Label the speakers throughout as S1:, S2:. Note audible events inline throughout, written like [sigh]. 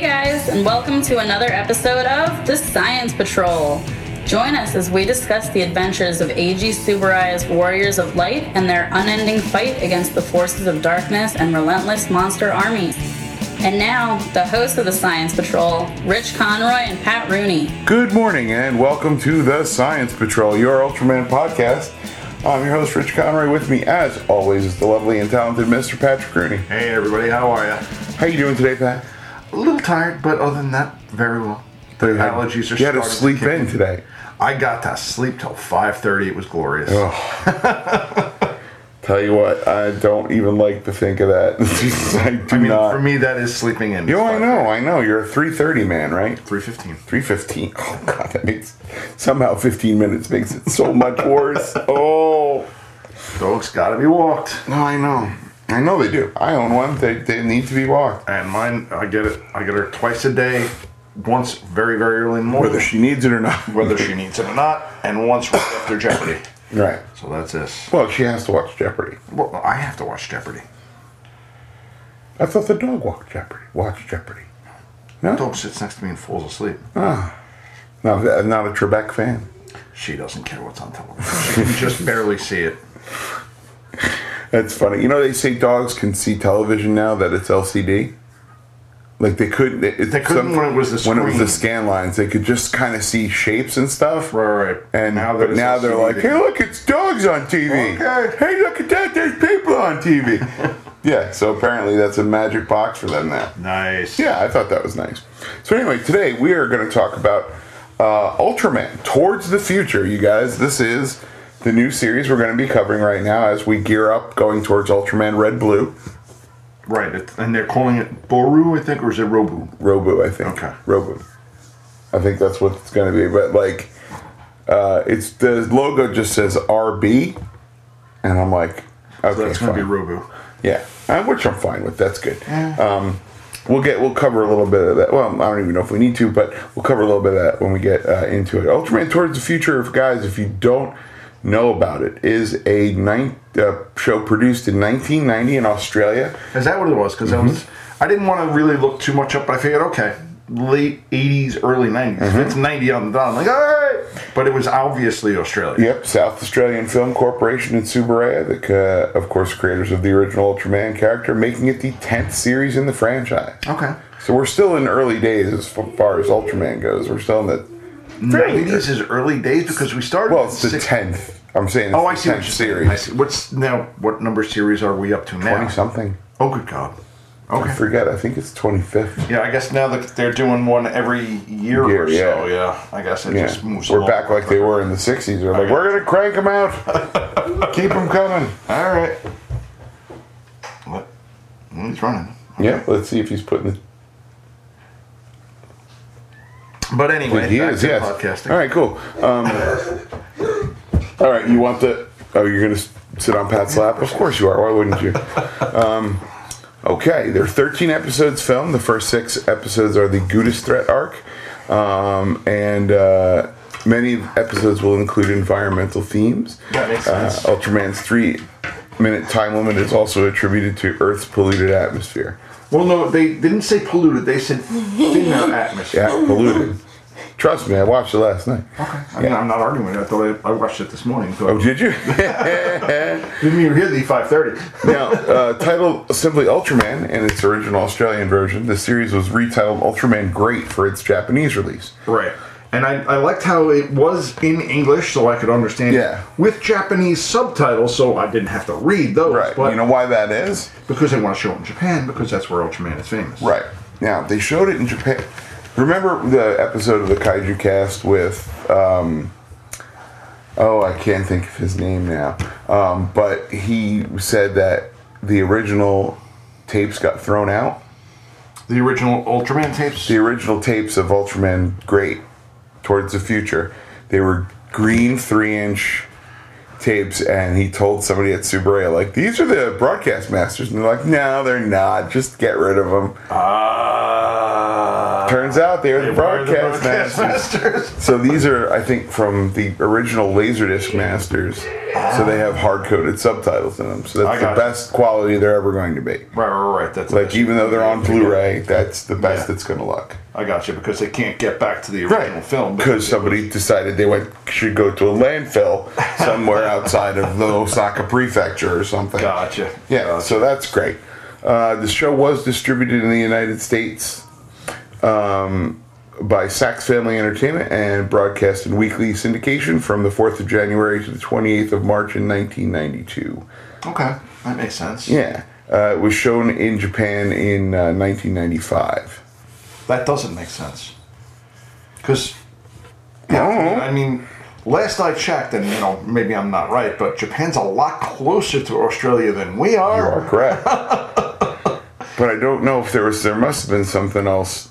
S1: and welcome to another episode of The Science Patrol. Join us as we discuss the adventures of Eiji Tsuburai as warriors of light and their unending fight against the forces of darkness and relentless monster armies. And now, the hosts of The Science Patrol, Rich Conroy and Pat Rooney.
S2: Good morning and welcome to the Science Patrol, your Ultraman podcast. I'm your host, Rich Conroy. With me, as always, is the lovely and talented Mr. Patrick Rooney.
S3: Hey everybody, how are ya?
S2: How you doing today, Pat?
S3: A little tired, but other than that, very well. The
S2: You had-
S3: allergies are
S2: You had to
S3: starting
S2: sleep
S3: kick
S2: in today.
S3: I got to sleep till 5:30. It was glorious.
S2: Oh, [laughs] Tell you what, I don't even like to think of that. [laughs] I do
S3: I mean,
S2: not.
S3: for me, that is sleeping in.
S2: you know, I know, I know. You're a 3:30 man, right?
S3: 3:15.
S2: 3:15. [laughs] Oh God, that makes somehow 15 minutes makes it so much
S3: [laughs]
S2: worse. Oh.
S3: Dogs gotta be walked,
S2: No, I know. I know they do. I own one. They, they need to be walked.
S3: and mine, I get it. I get her twice a day, once very very early in the morning,
S2: Whether she needs it or not. [laughs]
S3: whether she needs it or not, and once right after Jeopardy.
S2: Right.
S3: So that's this.
S2: Well, she has to watch Jeopardy.
S3: Well, I have to watch Jeopardy.
S2: I thought the dog walked Jeopardy. Watch Jeopardy. No?
S3: Dog sits next to me and falls asleep.
S2: No, I'm uh, not a Trebek fan.
S3: She doesn't care what's on television. She can just barely see it.
S2: That's funny. You know, they say dogs can see television now that it's LCD. Like they couldn't. It,
S3: They couldn't when it was the
S2: when it was the
S3: screen.
S2: scan lines. They could just kind of see shapes and stuff.
S3: Right, right.
S2: And
S3: Now
S2: now,
S3: that
S2: but
S3: it's
S2: now they're
S3: LCD,
S2: like,
S3: they-
S2: hey, look, it's dogs on TV.
S3: Okay.
S2: Hey, look at that. There's people on [laughs] TV. yeah. So apparently that's a magic box for them now.
S3: Nice.
S2: Yeah, I thought that was nice. So anyway, today we are going to talk about uh, Ultraman Towards the Future, you guys. This is the new series we're going to be covering right now as we gear up going towards Ultraman Red Blue.
S3: Right, it- and they're calling it Boru, I think, or is it Robu?
S2: Robu, I think.
S3: Okay.
S2: Robu. I think that's what it's going to be. But like, uh, it's the logo just says RB, and I'm like, okay,
S3: So that's going to be
S2: fine.
S3: Robu.
S2: Yeah, uh, which I'm fine with. That's good. Um, we'll get we'll cover a little bit of that. Well, I don't even know if we need to, but we'll cover a little bit of that when we get uh, into it. Ultraman Towards the Future, if guys, if you don't know about it, is a nine, uh, show produced in 1990 in Australia.
S3: Is that what it was? Because I was,
S2: Mm-hmm.
S3: I didn't want to really look too much up, but I figured, okay, late '80s, early '90s.
S2: Mm-hmm.
S3: If it's '90 on the dot, I'm like, all right. But it was obviously Australia.
S2: Yep, South Australian Film Corporation in Subaraya, the uh, of course creators of the original Ultraman character, making it the tenth series in the franchise.
S3: Okay.
S2: So we're still in early days as far as Ultraman goes. We're still in the fairly
S3: '90s is early days because we started.
S2: Well,
S3: in
S2: it's the
S3: six-
S2: tenth. I'm saying. It's
S3: Oh,
S2: the
S3: I see. What
S2: 10th
S3: you're
S2: series.
S3: series. I see. What's now? What number series are we up to now?
S2: Twenty something.
S3: Oh, good God.
S2: I
S3: Okay.
S2: forget. I think it's twenty fifth.
S3: Yeah, I guess now that they're doing one every year,
S2: Year,
S3: or so.
S2: yeah.
S3: Yeah, I guess it
S2: Yeah,
S3: just moves.
S2: we're
S3: along.
S2: back like they were in the sixties. They're like,
S3: Okay.
S2: we're gonna crank them out.
S3: [laughs]
S2: Keep them coming.
S3: All right. What? Mm, He's running.
S2: Yeah. Let's see if he's putting.
S3: But
S2: The,
S3: anyway,
S2: he
S3: back
S2: is.
S3: to
S2: Yes.
S3: podcasting.
S2: All right. Cool. Um, all right. You want the? Oh, you're gonna s- sit on Pat's lap? Of course you are. Why wouldn't you? Um, Okay, there are 13 episodes filmed. The first six episodes are the Gudis threat arc, um, and uh, many episodes will include environmental themes.
S3: That makes sense.
S2: Uh, Ultraman's three-minute time limit is also attributed to Earth's polluted atmosphere.
S3: Well, no, they didn't say polluted. They said female atmosphere.
S2: [laughs] Yeah, polluted. Trust me, I watched it last night. Okay.
S3: I mean, I'm not arguing. with it. I thought I, I watched it this morning. So
S2: Oh, did you?
S3: [laughs] didn't even hear the 5:30.
S2: now, uh, titled simply Ultraman in its original Australian version, the series was retitled Ultraman Great for its Japanese release.
S3: [laughs] Right. And I, I liked how it was in English, so I could understand. it,
S2: Yeah.
S3: With Japanese subtitles, so I didn't have to read those.
S2: Right.
S3: But
S2: you know why that is?
S3: because they want to show it in Japan, because that's where Ultraman is famous.
S2: Right. Now, they showed it in Japan. Remember the episode of the Kaiju cast with, um, oh, I can't think of his name now. Um, but he said that the original tapes got thrown out.
S3: The original Ultraman tapes.
S2: The original tapes of Ultraman Great Towards the Future, they were green three inch tapes, and he told somebody at Subaraya, like, these are the broadcast masters. And they're like, no, they're not. Just get rid of them.
S3: Ah.
S2: Turns out they're
S3: They
S2: the
S3: were the
S2: broadcast
S3: broadcast
S2: masters.
S3: masters.
S2: So these are, I think, from the original Laserdisc masters. So they have hard coded subtitles in them. So
S3: I
S2: that's the
S3: got it.
S2: best quality they're ever going to be.
S3: [laughs] Right, right, right. That's
S2: Like even though they're on Blu-ray, that's the best
S3: Yeah.
S2: it's going to look.
S3: I got you because they can't get back to the original film
S2: because
S3: it was-
S2: somebody decided they went should go to a landfill somewhere outside of the Osaka prefecture or something.
S3: Gotcha.
S2: Yeah, so that's great. Uh, the show was distributed in the United States um, by Sachs Family Entertainment and broadcast in weekly syndication from the 4th of January to the 28th of March in 1992.
S3: Okay, that makes sense.
S2: Yeah, uh, it was shown in Japan in uh, 1995.
S3: That doesn't make sense. Because,
S2: Oh,
S3: I mean, last I checked, and you know, maybe I'm not right, but Japan's a lot closer to Australia than we
S2: you
S3: are.
S2: are correct. but I don't know if there was, there must have been something else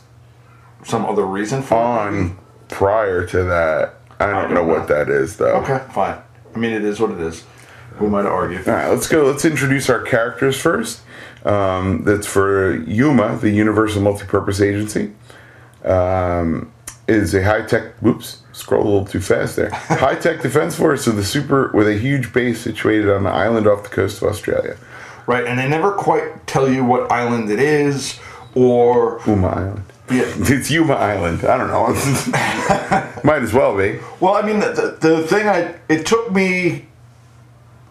S3: Some other reason for
S2: on prior to that. I don't, know, what that is though.
S3: it? Okay, fine. I mean, it is what it is. Who am I to argue?
S2: All right, let's go. Let's introduce our characters first. Um, that's for Yuma, the Universal Multipurpose Agency. Um, is a high tech. Whoops, scroll a little too fast there. high tech defense force of the super with a huge base situated on an island off the coast of Australia,
S3: Right, and they never quite tell you what island it is or.
S2: Uma Island. [laughs]
S3: Yeah.
S2: It's Yuma Island. I don't know. [laughs] Might as well be.
S3: Well, I mean, the, the, the thing I it took me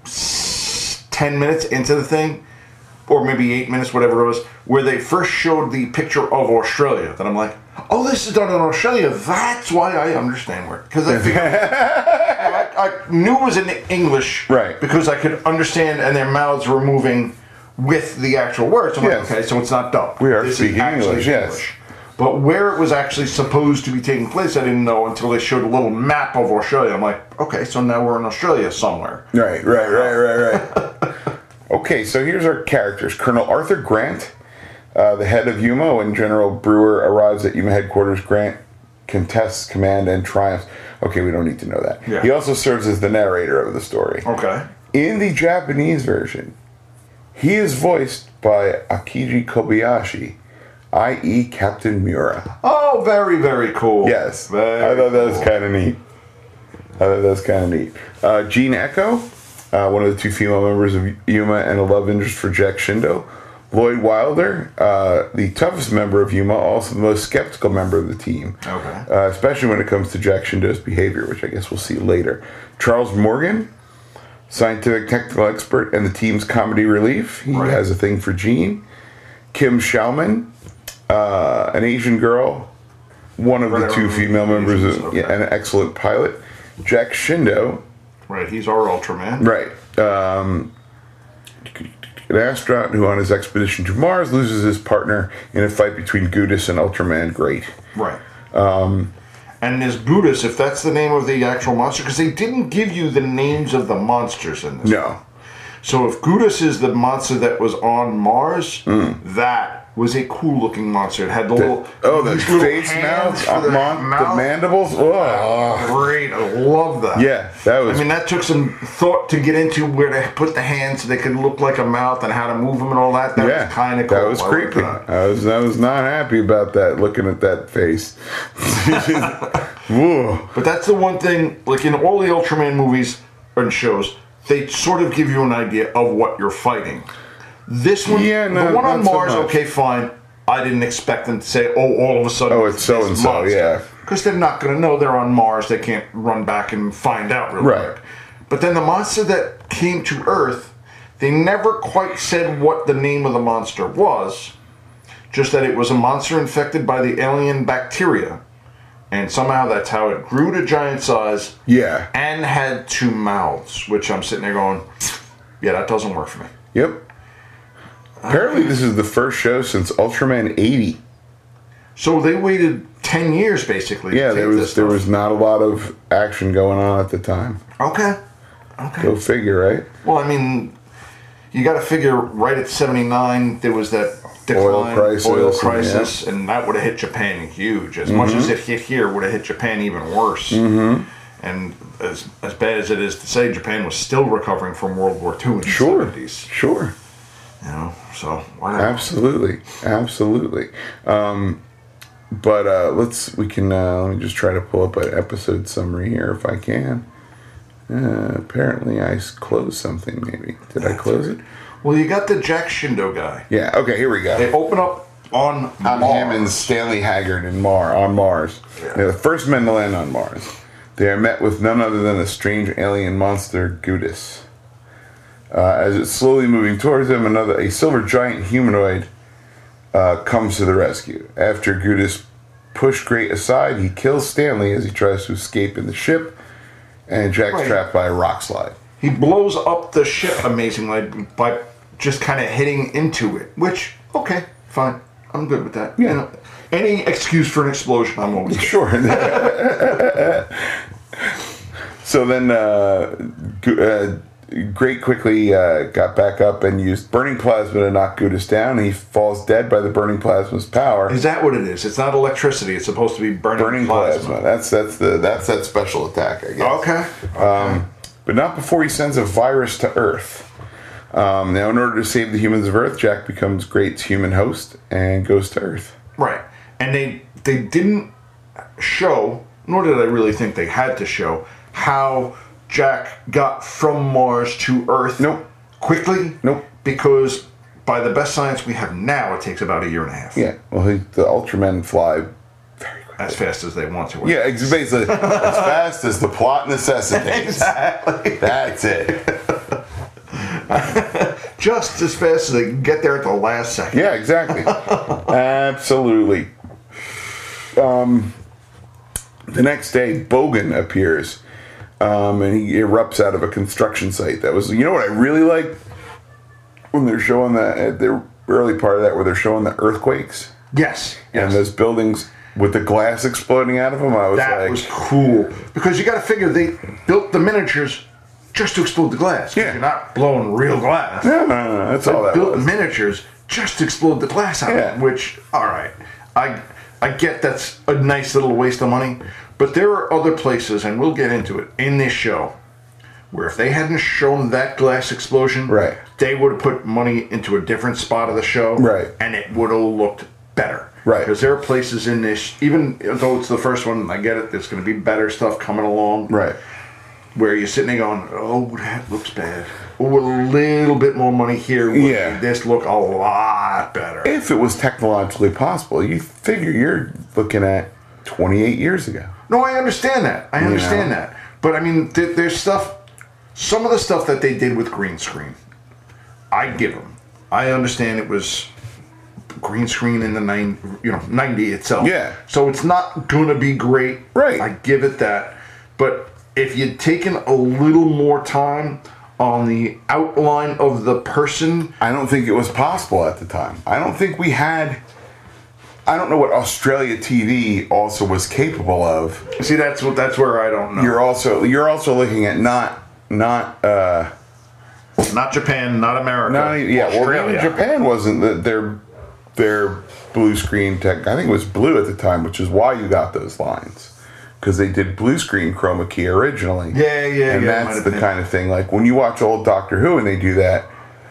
S3: s- ten minutes into the thing, or maybe eight minutes, whatever it was, where they first showed the picture of Australia. That I'm like, oh, this is done in Australia. That's why I understand where because I, figured- I, I knew it was in English,
S2: Right.
S3: Because I could understand, and their mouths were moving with the actual words. I'm
S2: Yes.
S3: like, okay, so it's not dumb.
S2: We are
S3: This is
S2: speaking
S3: actually
S2: English, yes.
S3: But where it was actually supposed to be taking place, I didn't know until they showed a little map of Australia. I'm like, okay, so now we're in Australia somewhere.
S2: Right, right, right, right, right. [laughs] okay, so here's our characters Colonel Arthur Grant, uh, the head of Yuma, when General Brewer arrives at Yuma headquarters. Grant contests command and triumphs. Okay, we don't need to know that.
S3: Yeah.
S2: He also serves as the narrator of the story.
S3: Okay.
S2: In the Japanese version, he is voiced by Akiji Kobayashi, i.e., Captain Mura.
S3: Oh, very, very cool.
S2: Yes.
S3: Very
S2: I thought that was
S3: cool.
S2: kind of neat. I thought that was kind of neat. Uh, Jean Echo, uh, one of the two female members of Yuma and a love interest for Jack Shindo. Lloyd Wilder, uh, the toughest member of Yuma, also the most skeptical member of the team.
S3: Okay.
S2: Uh, especially when it comes to Jack Shindo's behavior, which I guess we'll see later. Charles Morgan, scientific technical expert and the team's comedy relief. He
S3: Right.
S2: has a thing for Gene. Kim Schauman, uh, an Asian girl, one of
S3: Right,
S2: the two
S3: right,
S2: female
S3: right,
S2: members,
S3: Asians,
S2: of, yeah,
S3: okay.
S2: and an excellent pilot. Jack Shindo,
S3: Right, he's our Ultraman.
S2: right, um, an astronaut who, on his expedition to Mars, loses his partner in a fight between Gudis and Ultraman Great.
S3: Right. Um, and there's Brutus, if that's the name of the actual monster, because they didn't give you the names of the monsters in this.
S2: No,
S3: So if Gudis is the monster that was on Mars, that was a cool looking monster. It had the, little
S2: Oh, Hmm. the
S3: these little
S2: face
S3: hands
S2: mouth,
S3: for
S2: uh,
S3: the
S2: mon- the
S3: mouth.
S2: mandibles. Whoa.
S3: Great, I love that.
S2: Yeah, that was.
S3: I mean, that took some thought to get into where to put the hands so they could look like a mouth and how to move them and all that. That
S2: yeah,
S3: was kind of cool.
S2: That was
S3: I like
S2: creepy.
S3: that.
S2: I was I was not happy about that. Looking at that
S3: [laughs]
S2: face. [laughs] Whoa.
S3: But that's the one thing, like in all the Ultraman movies and shows, they sort of give you an idea of what you're fighting. This one,
S2: Yeah,
S3: the
S2: no,
S3: one on
S2: not so
S3: Mars,
S2: much.
S3: okay, fine. I didn't expect them to say, oh, all of a sudden,
S2: Oh, it's so-and-so, yeah.
S3: Because they're not going to know they're on Mars. They can't run back and find out real
S2: Right.
S3: quick. But then the monster that came to Earth, they never quite said what the name of the monster was, just that it was a monster infected by the alien bacteria. And somehow that's how it grew to giant size
S2: Yeah.
S3: and had two mouths, which I'm sitting there going, yeah, that doesn't work for me.
S2: Yep. Apparently, this is the first show since Ultraman eighty.
S3: So they waited 10 years basically.
S2: Yeah, there was
S3: this
S2: there
S3: stuff.
S2: was not a lot of action going on at the time.
S3: Okay.
S2: Go figure, right?
S3: Well, I mean, you got to figure right at 79, there was that decline,
S2: Oil crisis,
S3: oil
S2: and
S3: crisis, and that would have hit Japan huge. As much
S2: Mm-hmm.
S3: as it hit here, would have hit Japan even worse. Mm-hmm. And as, as bad as it is to say, Japan was still recovering from World War II in
S2: Sure.
S3: the 70s.
S2: Sure.
S3: You know, so why not?
S2: Absolutely, absolutely. Um, but uh, let's we can uh, let me just try to pull up an episode summary here if I can. Uh, apparently, I s- closed something. Maybe did I close it?
S3: Well, you got the Jack Shindo guy.
S2: Yeah. Okay. Here we go.
S3: They open up on
S2: I'm
S3: Mars.
S2: Hammond, Stanley Haggard, and Mar on Mars. They're the first men to land on Mars. They are met with none other than a strange alien monster, Gudis. Uh, as it's slowly moving towards them, another a silver giant humanoid uh, comes to the rescue. After Gudis pushed Great aside, he kills Stanley as he tries to escape in the ship, and Jack's
S3: Right.
S2: trapped by a rock slide.
S3: He blows up the ship amazingly by just kind of hitting into it, which, okay, fine. I'm good with that.
S2: Yeah.
S3: any excuse for an explosion, I'm always
S2: [laughs]
S3: good.
S2: Sure. so then, uh, Gu- uh, Great quickly uh, got back up and used burning plasma to knock Gudis down. He falls dead by the burning plasma's power.
S3: Is that what it is? It's not electricity. It's supposed to be burning,
S2: burning
S3: plasma.
S2: plasma. That's that's the that's that special attack, I guess.
S3: Okay.
S2: Um,
S3: Oh.
S2: but not before he sends a virus to Earth. Um, now, in order to save the humans of Earth, Jack becomes Great's human host and goes to Earth.
S3: Right. And they they didn't show, nor did I really think they had to show, how Jack got from Mars to Earth
S2: Nope.
S3: quickly.
S2: Nope.
S3: Because by the best science we have now, it takes about a year and a half.
S2: Yeah, well, he, the Ultramen fly
S3: As fast as they want to.
S2: Yeah, ex- basically, as fast as the plot necessitates.
S3: Exactly.
S2: That's it.
S3: Just as fast as they can get there at the last second.
S2: Yeah, exactly. Absolutely. Um, the next day, Bogan appears, um, and he erupts out of a construction site. That was, you know, what I really like when they're showing that at the early part of that, where they're showing the earthquakes
S3: Yes. Yes.
S2: and those buildings with the glass exploding out of them. I was
S3: that
S2: like,
S3: was cool. Because you got to figure they built the miniatures just to explode the glass. 'cause
S2: Yeah.
S3: You're not blowing real glass.
S2: no, no, no, no, that's all that
S3: built
S2: was.
S3: miniatures just to explode the glass out. of
S2: Yeah.
S3: it, Which, all right, I I get that's a nice little waste of money, but there are other places, and we'll get into it in this show, where if they hadn't shown that glass explosion,
S2: Right.
S3: they would have put money into a different spot of the show,
S2: Right.
S3: and it would have looked better,
S2: Right.
S3: Because there are places in this, even though it's the first one, I get it. There's going to be better stuff coming along,
S2: Right.
S3: where you're sitting there going, "Oh, that looks bad." Oh, a little bit more money here would
S2: Yeah.
S3: make this look a lot better.
S2: if it was technologically possible, you figure you're looking at 28 years ago.
S3: No, I understand that. I understand
S2: Yeah.
S3: that. But I mean, th- there's stuff. Some of the stuff that they did with green screen, I give them. I understand it was green screen in the nine, you know, ninety itself.
S2: Yeah.
S3: So it's not gonna be great.
S2: Right.
S3: I give it that. But if you'd taken a little more time on the outline of the person
S2: I don't think it was possible at the time. I don't think we had. I don't know what Australia TV also was capable of.
S3: See, that's what that's where I don't know.
S2: You're also you're also looking at not not uh
S3: not Japan, not America,
S2: not even, yeah well,
S3: Australia.
S2: even Japan wasn't the, their their blue screen tech. I think it was blue at the time, which is why you got those lines because they did blue screen chroma key originally.
S3: Yeah, yeah,
S2: and
S3: yeah, it might
S2: that's
S3: have
S2: the
S3: been.
S2: kind of thing like when you watch old Doctor Who and they do that.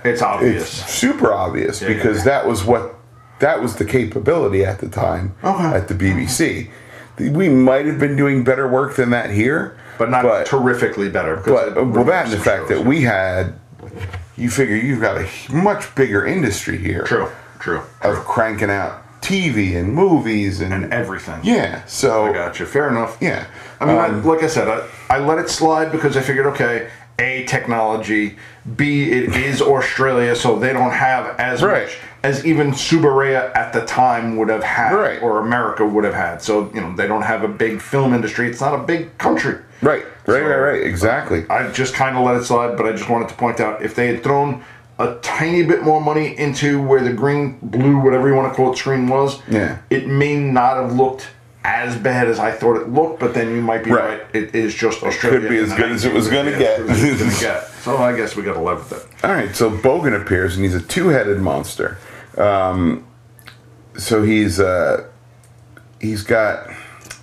S3: It's
S2: it's
S3: obvious.
S2: super obvious
S3: yeah,
S2: because
S3: yeah.
S2: that was what that was the capability at the time
S3: Okay.
S2: at the BBC. The- We might have been doing better work than that here,
S3: but not
S2: but,
S3: terrifically better.
S2: but well, that and the fact that we had, you figure you've got a h- much bigger industry here
S3: true, true,
S2: of cranking out TV and movies and,
S3: and everything.
S2: yeah, so
S3: I got you. Fair enough.
S2: yeah,
S3: I mean,
S2: Um,
S3: I, like I said, I, I let it slide because I figured, okay, A, technology, B,
S2: [laughs]
S3: it is Australia, so they don't have as
S2: Right.
S3: much as even Subaraya at the time would have had,
S2: Right.
S3: or America would have had. So, you know, they don't have a big film industry. It's not a big country.
S2: right, right,
S3: So-
S2: right, right, exactly.
S3: I just kind of let it slide, but I just wanted to point out if they had thrown a tiny bit more money into where the green, blue, whatever you want to call it, screen was,
S2: Yeah.
S3: it may not have looked as bad as I thought it looked. But then you might be
S2: Right.
S3: right; it is just Australia.
S2: be as
S3: and
S2: good as it was gonna
S3: yeah,
S2: get.
S3: it was as good as it get.
S2: [laughs]
S3: So I guess we got to live with it.
S2: All right, so Bogan appears and he's a two-headed monster. Um, so he's uh, he's got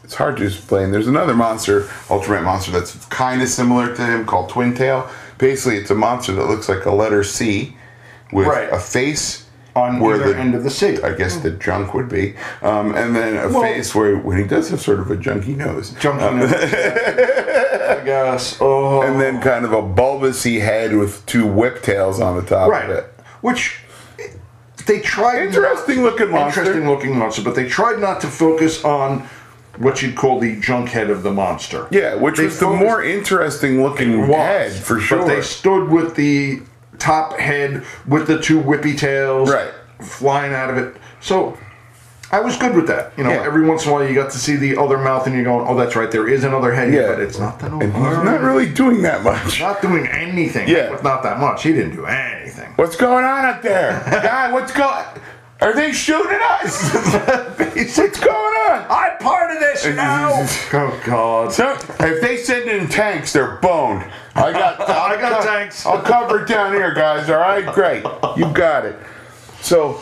S2: it's hard to explain. There's another monster, Ultraman monster, that's kind of similar to him called Twin Tail. Basically, it's a monster that looks like a letter C with
S3: Right.
S2: a face
S3: On either end of the sea.
S2: I guess the junk would be, um, and then a
S3: Well-
S2: [laughs] face where when he does have sort of a junky nose.
S3: Junkie nose. I guess. Oh,
S2: and then kind of a bulbousy head with two whip tails on the top
S3: right.
S2: of it.
S3: Which they tried.
S2: Interesting looking monster.
S3: Interesting looking monster, but they tried not to focus on what you'd call the junk head of the monster.
S2: Yeah, which
S3: They
S2: was the
S3: focused-
S2: more interesting looking
S3: was,
S2: head for sure.
S3: But they stood with the top head with the two whippy tails
S2: Right.
S3: flying out of it. So I was good with that. You know,
S2: Yeah.
S3: every once in a while you got to see the other mouth and you're going, oh, that's right, there is another head,
S2: Yeah.
S3: but it's not that
S2: and he's not
S3: hard.
S2: really doing that much.
S3: Not doing anything.
S2: Yeah.
S3: But not that much. He didn't do anything.
S2: What's going on up
S3: [laughs]
S2: there, guy? What's going? Are they shooting us? what's going on?
S3: I'm part
S2: [laughs]
S3: of this
S2: now!
S3: oh, God.
S2: So, if they send in tanks, they're boned. I
S3: [laughs]
S2: got,
S3: I got tanks.
S2: I'll cover it down here, guys. All right, great. You got it. So,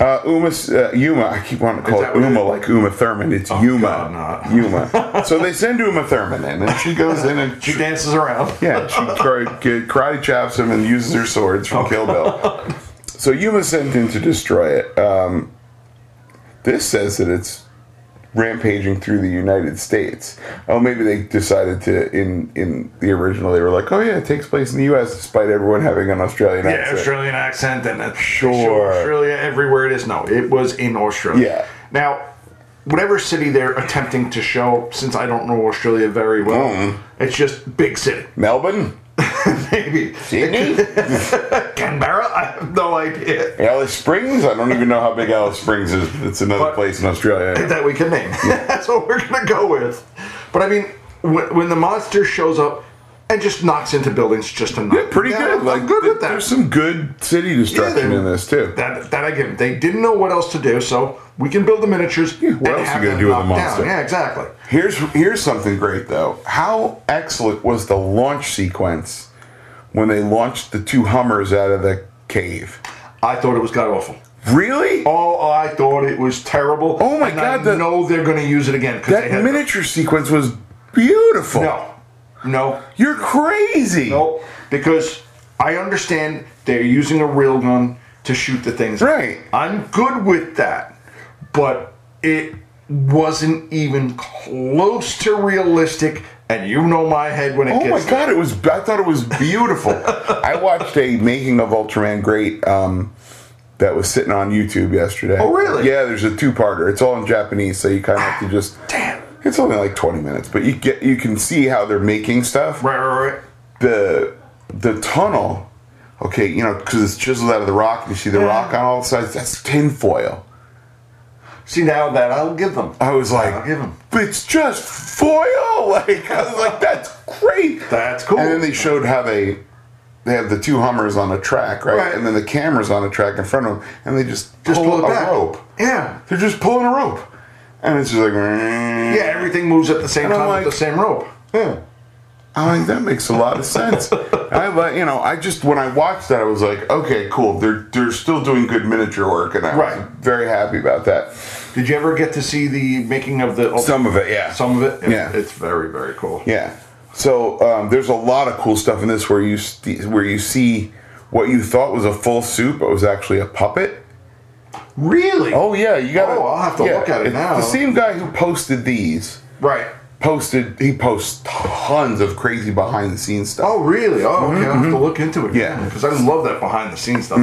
S2: uh, Uma, uh, Yuma. I keep wanting to call
S3: Is
S2: it
S3: that what
S2: Uma,
S3: it-
S2: like Uma Thurman. It's
S3: God,
S2: Yuma.
S3: not. [laughs]
S2: Yuma. So they send Uma Thurman in, and she goes in and
S3: She dances around.
S2: yeah, she karate, karate chops him and uses her swords from Kill Bill. So Yuma's sent in to destroy it. Um, this says that it's rampaging through the United States. Oh, maybe they decided to in in the original they were like, oh yeah, it takes place in the U.S. despite everyone having an Australian
S3: Yeah,
S2: accent.
S3: Australian accent and uh,
S2: Sure.
S3: Australia everywhere it is. No, it was in Australia.
S2: Yeah.
S3: Now, whatever city they're attempting to show, since I don't know Australia very well,
S2: Mm-hmm.
S3: it's just big city. [laughs]
S2: Melbourne,
S3: Maybe
S2: Sydney,
S3: [laughs] Canberra. I have no idea [laughs]
S2: Alice Springs. I don't even know how big Alice Springs is. It's another
S3: But-
S2: place in Australia.
S3: that we can name. [laughs] That's what we're gonna go with. But I mean, when, when the monster shows up and just knocks into buildings, just to knock
S2: Yeah, pretty
S3: them down,
S2: good. Like
S3: I'm good with that.
S2: There's some good city destruction
S3: they-
S2: in this too.
S3: That that I give 'em. They didn't know what else to do, so we can build the miniatures.
S2: what
S3: and
S2: else
S3: have
S2: you gonna
S3: them
S2: do with a
S3: knocked down.
S2: monster?
S3: Yeah, exactly.
S2: Here's here's something great though. How excellent was the launch sequence when they launched the two Hummers out of the cave?
S3: I thought it was god awful.
S2: Really?
S3: Oh, I thought it was terrible.
S2: Oh my
S3: and
S2: God,
S3: I
S2: the-
S3: know they're going to use it again because they
S2: that
S3: had
S2: miniature sequence was beautiful.
S3: no, no,
S2: You're crazy.
S3: no, because I understand they're using a rail gun to shoot the things.
S2: Right.
S3: I'm good with that, but it wasn't even close to realistic. And you know my head when it
S2: Oh
S3: gets.
S2: my god, it was I thought it was
S3: [laughs]
S2: beautiful. I watched a making of Ultraman Great um that was sitting on YouTube yesterday.
S3: Oh, really? Ah,
S2: Yeah, there's a two-parter. It's all in Japanese, so you kind of have to just
S3: Damn.
S2: It's only like 20 minutes, but you get you can see how they're making stuff.
S3: Right, right, right.
S2: the the tunnel. Okay, you know, because it's chiseled out of the rock, and you see the
S3: Yeah.
S2: rock on all sides. That's tinfoil.
S3: See now that I'll give them.
S2: I was like,
S3: I'll give 'em.
S2: "But it's just foil. [laughs] Like I was like, that's great.
S3: That's cool.
S2: And then they showed how they they have the two Hummers on a track, right?
S3: Right.
S2: And then the cameras on a track in front of them, and they just,
S3: Just
S2: pull,
S3: pull it
S2: a
S3: back.
S2: rope.
S3: Yeah.
S2: They're just pulling a rope, and it's just like,
S3: Yeah, everything moves at the same
S2: And I'm
S3: time
S2: like-
S3: with the same rope.
S2: Yeah. I mean, that makes a lot of sense. I like, you know, I just when I watched that, I was like, okay, cool. They're they're still doing good miniature work, and I
S3: Right.
S2: was very happy about that.
S3: Did you ever get to see the making of the
S2: Some of it, yeah.
S3: some of it?
S2: Yeah.
S3: It's very, very cool.
S2: Yeah. So um, there's a lot of cool stuff in this where you st- where you see what you thought was a full suit, but was actually a puppet.
S3: Really?
S2: Oh yeah, you got.
S3: Oh, I'll have to look at it now.
S2: The same guy who posted these
S3: Right.
S2: posted he posts tons of crazy behind the scenes stuff.
S3: Oh really? Oh, okay. I'll have to look into it.
S2: Yeah. Mm-hmm.
S3: because I love that behind the scenes stuff.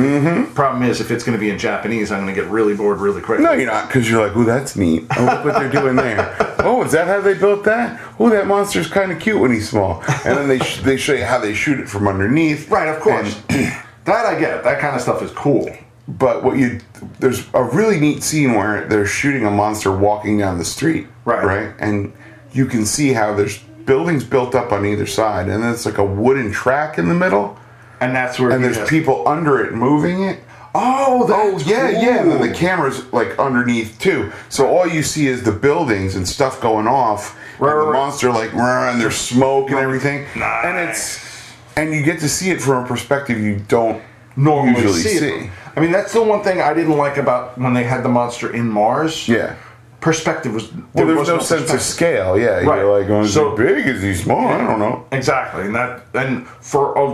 S3: Problem is, if it's going to be in Japanese, I'm going to get really bored really quick.
S2: No, you're not, because you're like, oh, that's neat. Oh, look what they're doing
S3: [laughs]
S2: there. Oh, is that how they built that? Oh, that monster's kind of cute when he's small. And then they sh- they show you how they shoot it from underneath.
S3: Right, of course.
S2: And-
S3: that I get. That kind of stuff is cool.
S2: but what you there's a really neat scene where they're shooting a monster walking down the street.
S3: Right.
S2: Right. And you can see how there's buildings built up on either side, and then it's like a wooden track in the middle,
S3: And that's where
S2: and
S3: you
S2: there's
S3: get-
S2: people under it moving it.
S3: Oh,
S2: Oh
S3: that's
S2: yeah, yeah. And then
S3: cool.
S2: the camera's like underneath too, so all you see is the buildings and stuff going off,
S3: Right,
S2: and the
S3: right, right.
S2: monster like "Rah," and there's smoke and everything, and
S3: Nice.
S2: it's and you get to see it from a perspective you don't
S3: normally
S2: usually see.
S3: see. it. I mean, that's the one thing I didn't like about when they had the monster in Mars.
S2: Yeah.
S3: perspective was
S2: Well,
S3: there
S2: there's
S3: was
S2: no sense of
S3: perspective.
S2: scale. Yeah,
S3: Right.
S2: you're like, oh, is
S3: So-
S2: he big? Is he small? I don't know.
S3: Exactly, and that and for a,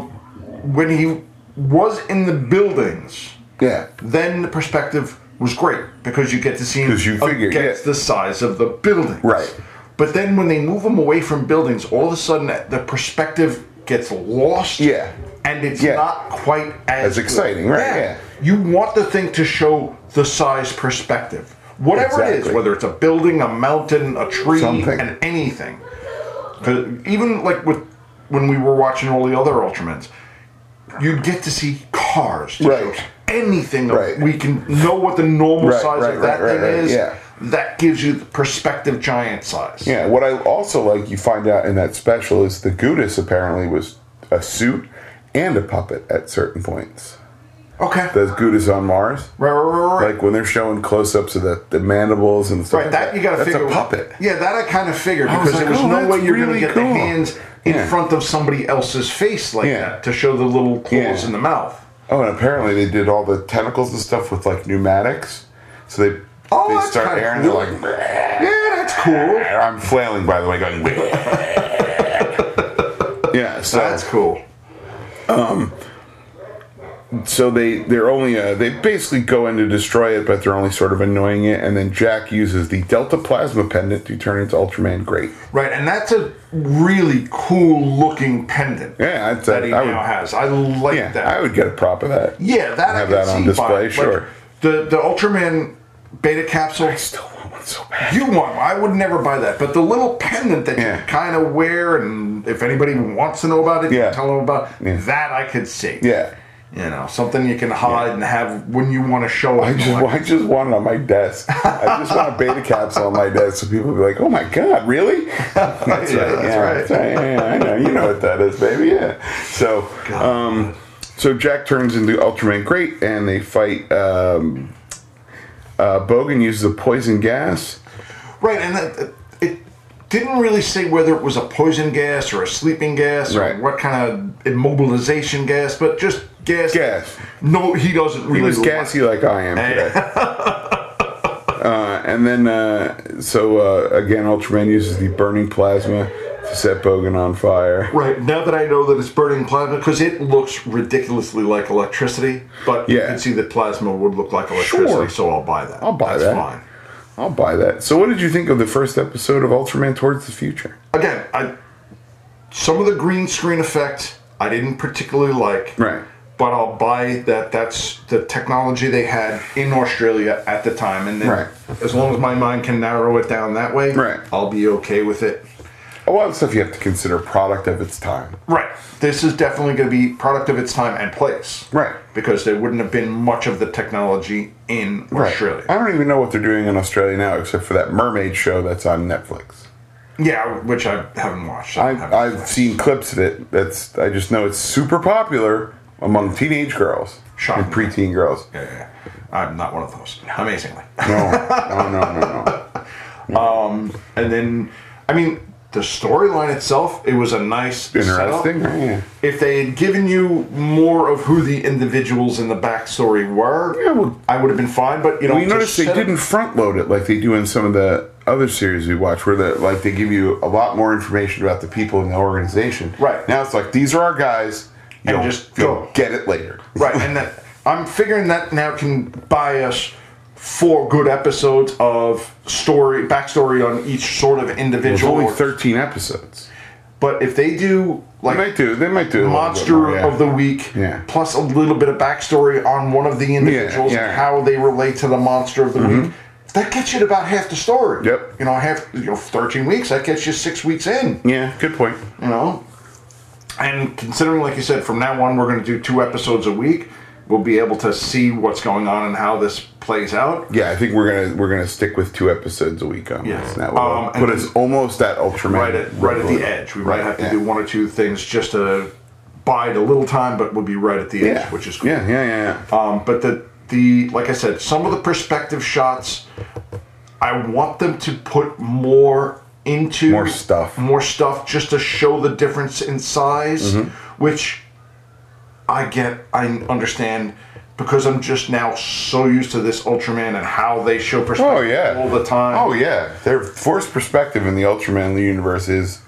S3: when he was in the buildings,
S2: Yeah.
S3: then the perspective was great because you get to see him
S2: 'Cause you figure,
S3: against
S2: yeah.
S3: the size of the buildings.
S2: Right.
S3: But then when they move them away from buildings, all of a sudden the perspective gets lost.
S2: Yeah.
S3: And it's
S2: Yeah.
S3: not quite as,
S2: As exciting, right, yeah.
S3: You want the thing to show the size perspective. Whatever it is,
S2: Exactly.
S3: whether it's a building, a mountain, a tree,
S2: Something.
S3: and anything. 'Cause even like with when we were watching all the other Ultramans, you'd get to see cars, to
S2: Right.
S3: show anything. of-
S2: Right.
S3: We can know what the normal
S2: Right,
S3: size
S2: right,
S3: of that
S2: right, right,
S3: thing
S2: right,
S3: is.
S2: yeah.
S3: That gives you the perspective giant size.
S2: Yeah, what I also like you find out in that special is the Gudis apparently was a suit and a puppet at certain points.
S3: Okay.
S2: The Gudis on Mars.
S3: right, right, right, right.
S2: Like when they're showing close ups of the, the mandibles and stuff.
S3: Right,
S2: like
S3: that you got to
S2: That's
S3: figure.
S2: a puppet.
S3: Yeah, that I kind of figured
S2: I was
S3: because there
S2: like,
S3: was
S2: oh,
S3: no
S2: that's
S3: way you're going
S2: really
S3: to get
S2: cool.
S3: the hands in
S2: Yeah.
S3: front of somebody else's face like
S2: Yeah.
S3: that to show the little claws
S2: Yeah.
S3: in the mouth.
S2: Oh, and apparently they did all the tentacles and stuff with like pneumatics. So they
S3: Oh,
S2: they
S3: that's
S2: start
S3: kinda
S2: airing.
S3: cool.
S2: They're like, "Bleh."
S3: Yeah, that's cool.
S2: I'm flailing by the way, going.
S3: [laughs]
S2: "Bleh." yeah, so
S3: That's cool.
S2: so they they're only uh, they basically go in to destroy it, but they're only sort of annoying it. And then Jack uses the Delta Plasma pendant to turn into Ultraman Great.
S3: Right, and that's a really cool looking pendant
S2: Yeah, I'd
S3: that
S2: say
S3: he
S2: I
S3: now
S2: would.
S3: has. I like
S2: Yeah,
S3: that.
S2: I would get a prop of that.
S3: yeah, that
S2: have
S3: I can
S2: that on
S3: see
S2: display,
S3: by. Like,
S2: sure.
S3: the the Ultraman beta capsule.
S2: I still want one so bad.
S3: You want? I would never buy that. But the little pendant that
S2: Yeah.
S3: you kind of wear, and if anybody wants to know about it,
S2: Yeah.
S3: you tell them about
S2: Yeah.
S3: that. I could see.
S2: Yeah,
S3: You know, something you can hide and have when you want to show.
S2: I
S3: it.
S2: just I just want it on my desk. I just want a beta capsule on my desk, so people be like, "Oh my god, really?" [laughs] That's right.
S3: Yeah, that's right.
S2: Yeah, yeah, I know. You know what that is, baby. Yeah. So, um, so Jack turns into Ultraman Great, and they fight. Um, uh, Bogan uses a poison gas.
S3: right, and that, it didn't really say whether it was a poison gas or a sleeping gas
S2: Right.
S3: or what kind of immobilization gas, but just gas.
S2: Gas.
S3: No, he doesn't really.
S2: He was
S3: like-
S2: gassy like I am today. [laughs] Uh, and then, uh, so uh, again, Ultraman uses the burning plasma to set Bogan on fire.
S3: Right now that I know that it's burning plasma, because it looks ridiculously like electricity, but you
S2: Yeah.
S3: can see that plasma would look like electricity,
S2: Sure.
S3: so I'll buy that.
S2: I'll buy
S3: That's
S2: that.
S3: fine.
S2: I'll buy that. So, what did you think of the first episode of Ultraman Towards the Future?
S3: Again, I some of the green screen effect I didn't particularly like,
S2: Right.
S3: But I'll buy that. That's the technology they had in Australia at the time, and then
S2: Right.
S3: as long as my mind can narrow it down that way,
S2: Right.
S3: I'll be okay with it.
S2: A lot of stuff you have to consider product of its time.
S3: Right. This is definitely going to be product of its time and place.
S2: Right.
S3: Because there wouldn't have been much of the technology in Australia.
S2: I don't even know what they're doing in Australia now, except for that mermaid show that's on Netflix.
S3: Yeah, which I haven't watched. I
S2: I,
S3: haven't
S2: I've
S3: watched.
S2: seen clips of it. That's I just know it's super popular among teenage girls
S3: Shocking.
S2: and preteen girls.
S3: Yeah, yeah, yeah. I'm not one of those. Amazingly. [laughs]
S2: No, no, no, [laughs] no, no.
S3: and then, I mean, the storyline itself, it was a nice
S2: Interesting.
S3: setup.
S2: right? Yeah.
S3: If they had given you more of who the individuals in the backstory were,
S2: Yeah, well-
S3: I would have been fine. But you know,
S2: Well, you
S3: to
S2: notice they
S3: set up-
S2: didn't front load it like they do in some of the other series we watch, where the like they give you a lot more information about the people in the organization.
S3: Right.
S2: now, it's like these are our guys.
S3: And
S2: You'll,
S3: just
S2: you'll
S3: go.
S2: get it later.
S3: Right, and that I'm figuring that now can buy us four good episodes of story backstory on each sort of
S2: There's
S3: individual.
S2: only thirteen episodes.
S3: But if they do
S2: They might
S3: like
S2: do. They might do. a little bit
S3: monster
S2: more, yeah.
S3: of the week,
S2: Yeah.
S3: plus a little bit of backstory on one of the individuals
S2: yeah. Mm-hmm.
S3: and how they relate to the monster of the week. That gets you to about half the story.
S2: Yep.
S3: You know, half you know, thirteen weeks. That gets you six weeks in.
S2: Yeah. Good point.
S3: You know, and considering, like you said, from now on we're going to do two episodes a week. We'll be able to see what's going on and how this plays out.
S2: Yeah, I think we're gonna we're gonna stick with two episodes a week on
S3: Yeah.
S2: this. That will
S3: Um,
S2: put
S3: and
S2: us almost at Ultraman.
S3: Right at right at the edge, we might have to do one or two things just to bide a little time, but we'll be right at the edge,
S2: Yeah.
S3: which is cool.
S2: Yeah, yeah, yeah. yeah.
S3: Um, but the the like I said, some of the perspective shots, I want them to put more into
S2: More stuff.
S3: more stuff, just to show the difference in size,
S2: Mm-hmm.
S3: which I get, I understand. Because I'm just now so used to this Ultraman and how they show perspective
S2: Oh yeah.
S3: all the time.
S2: Oh yeah. Their forced perspective in the Ultraman universe is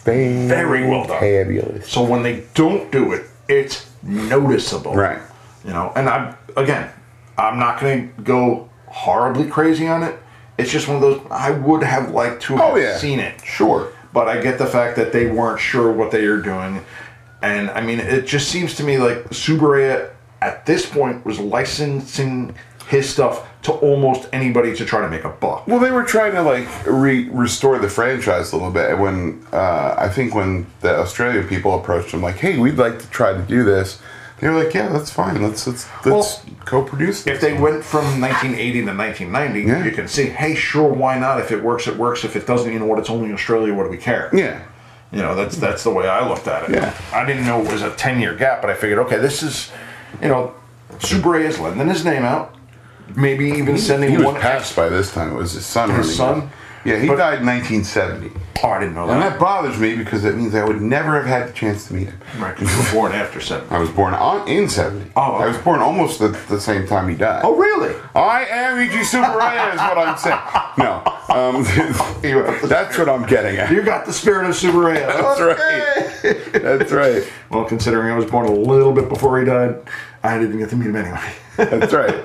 S2: very
S3: well done.
S2: Fabulous.
S3: So when they don't do it, it's noticeable.
S2: Right.
S3: You know, and I'm again, I'm not going to go horribly crazy on it. It's just one of those I would have liked to have
S2: Oh, yeah.
S3: seen it.
S2: Sure.
S3: But I get the fact that they weren't sure what they are doing. And I mean, it just seems to me like Subaraya at this point was licensing his stuff to almost anybody to try to make a buck.
S2: Well, they were trying to like re- restore the franchise a little bit. When uh, I think when the Australian people approached them, like, "Hey, we'd like to try to do this," they were like, "Yeah, that's fine. Let's let's let's co-produce."
S3: If they went from 1980 to 1990,
S2: Yeah.
S3: you can see, hey, sure, why not? If it works, it works. If it doesn't, you know what? It's only Australia. What do we care?
S2: yeah,
S3: You know, that's that's the way I looked at it.
S2: Yeah.
S3: I didn't know it was a 10 year gap, but I figured, okay, this is, you know, Subre is lending his name out, maybe even sending
S2: he was
S3: one.
S2: passed by this time. It was his son.
S3: His
S2: running.
S3: son?
S2: Yeah, he
S3: But-
S2: died in 1970,
S3: Oh, I didn't know
S2: and
S3: that.
S2: that bothers me because that means I would never have had the chance to meet him.
S3: Right, 'cause you were born after 70.
S2: I was born on in 70.
S3: Oh, okay.
S2: I was born almost at the same time he died.
S3: Oh, really?
S2: I am E E.G. Subaraya is what I'm saying. No, um, [laughs] anyway, that's what I'm getting at.
S3: You got the spirit of Subre.
S2: [laughs] That's right. That's right.
S3: Well, considering I was born a little bit before he died, I didn't get to meet him anyway.
S2: That's right.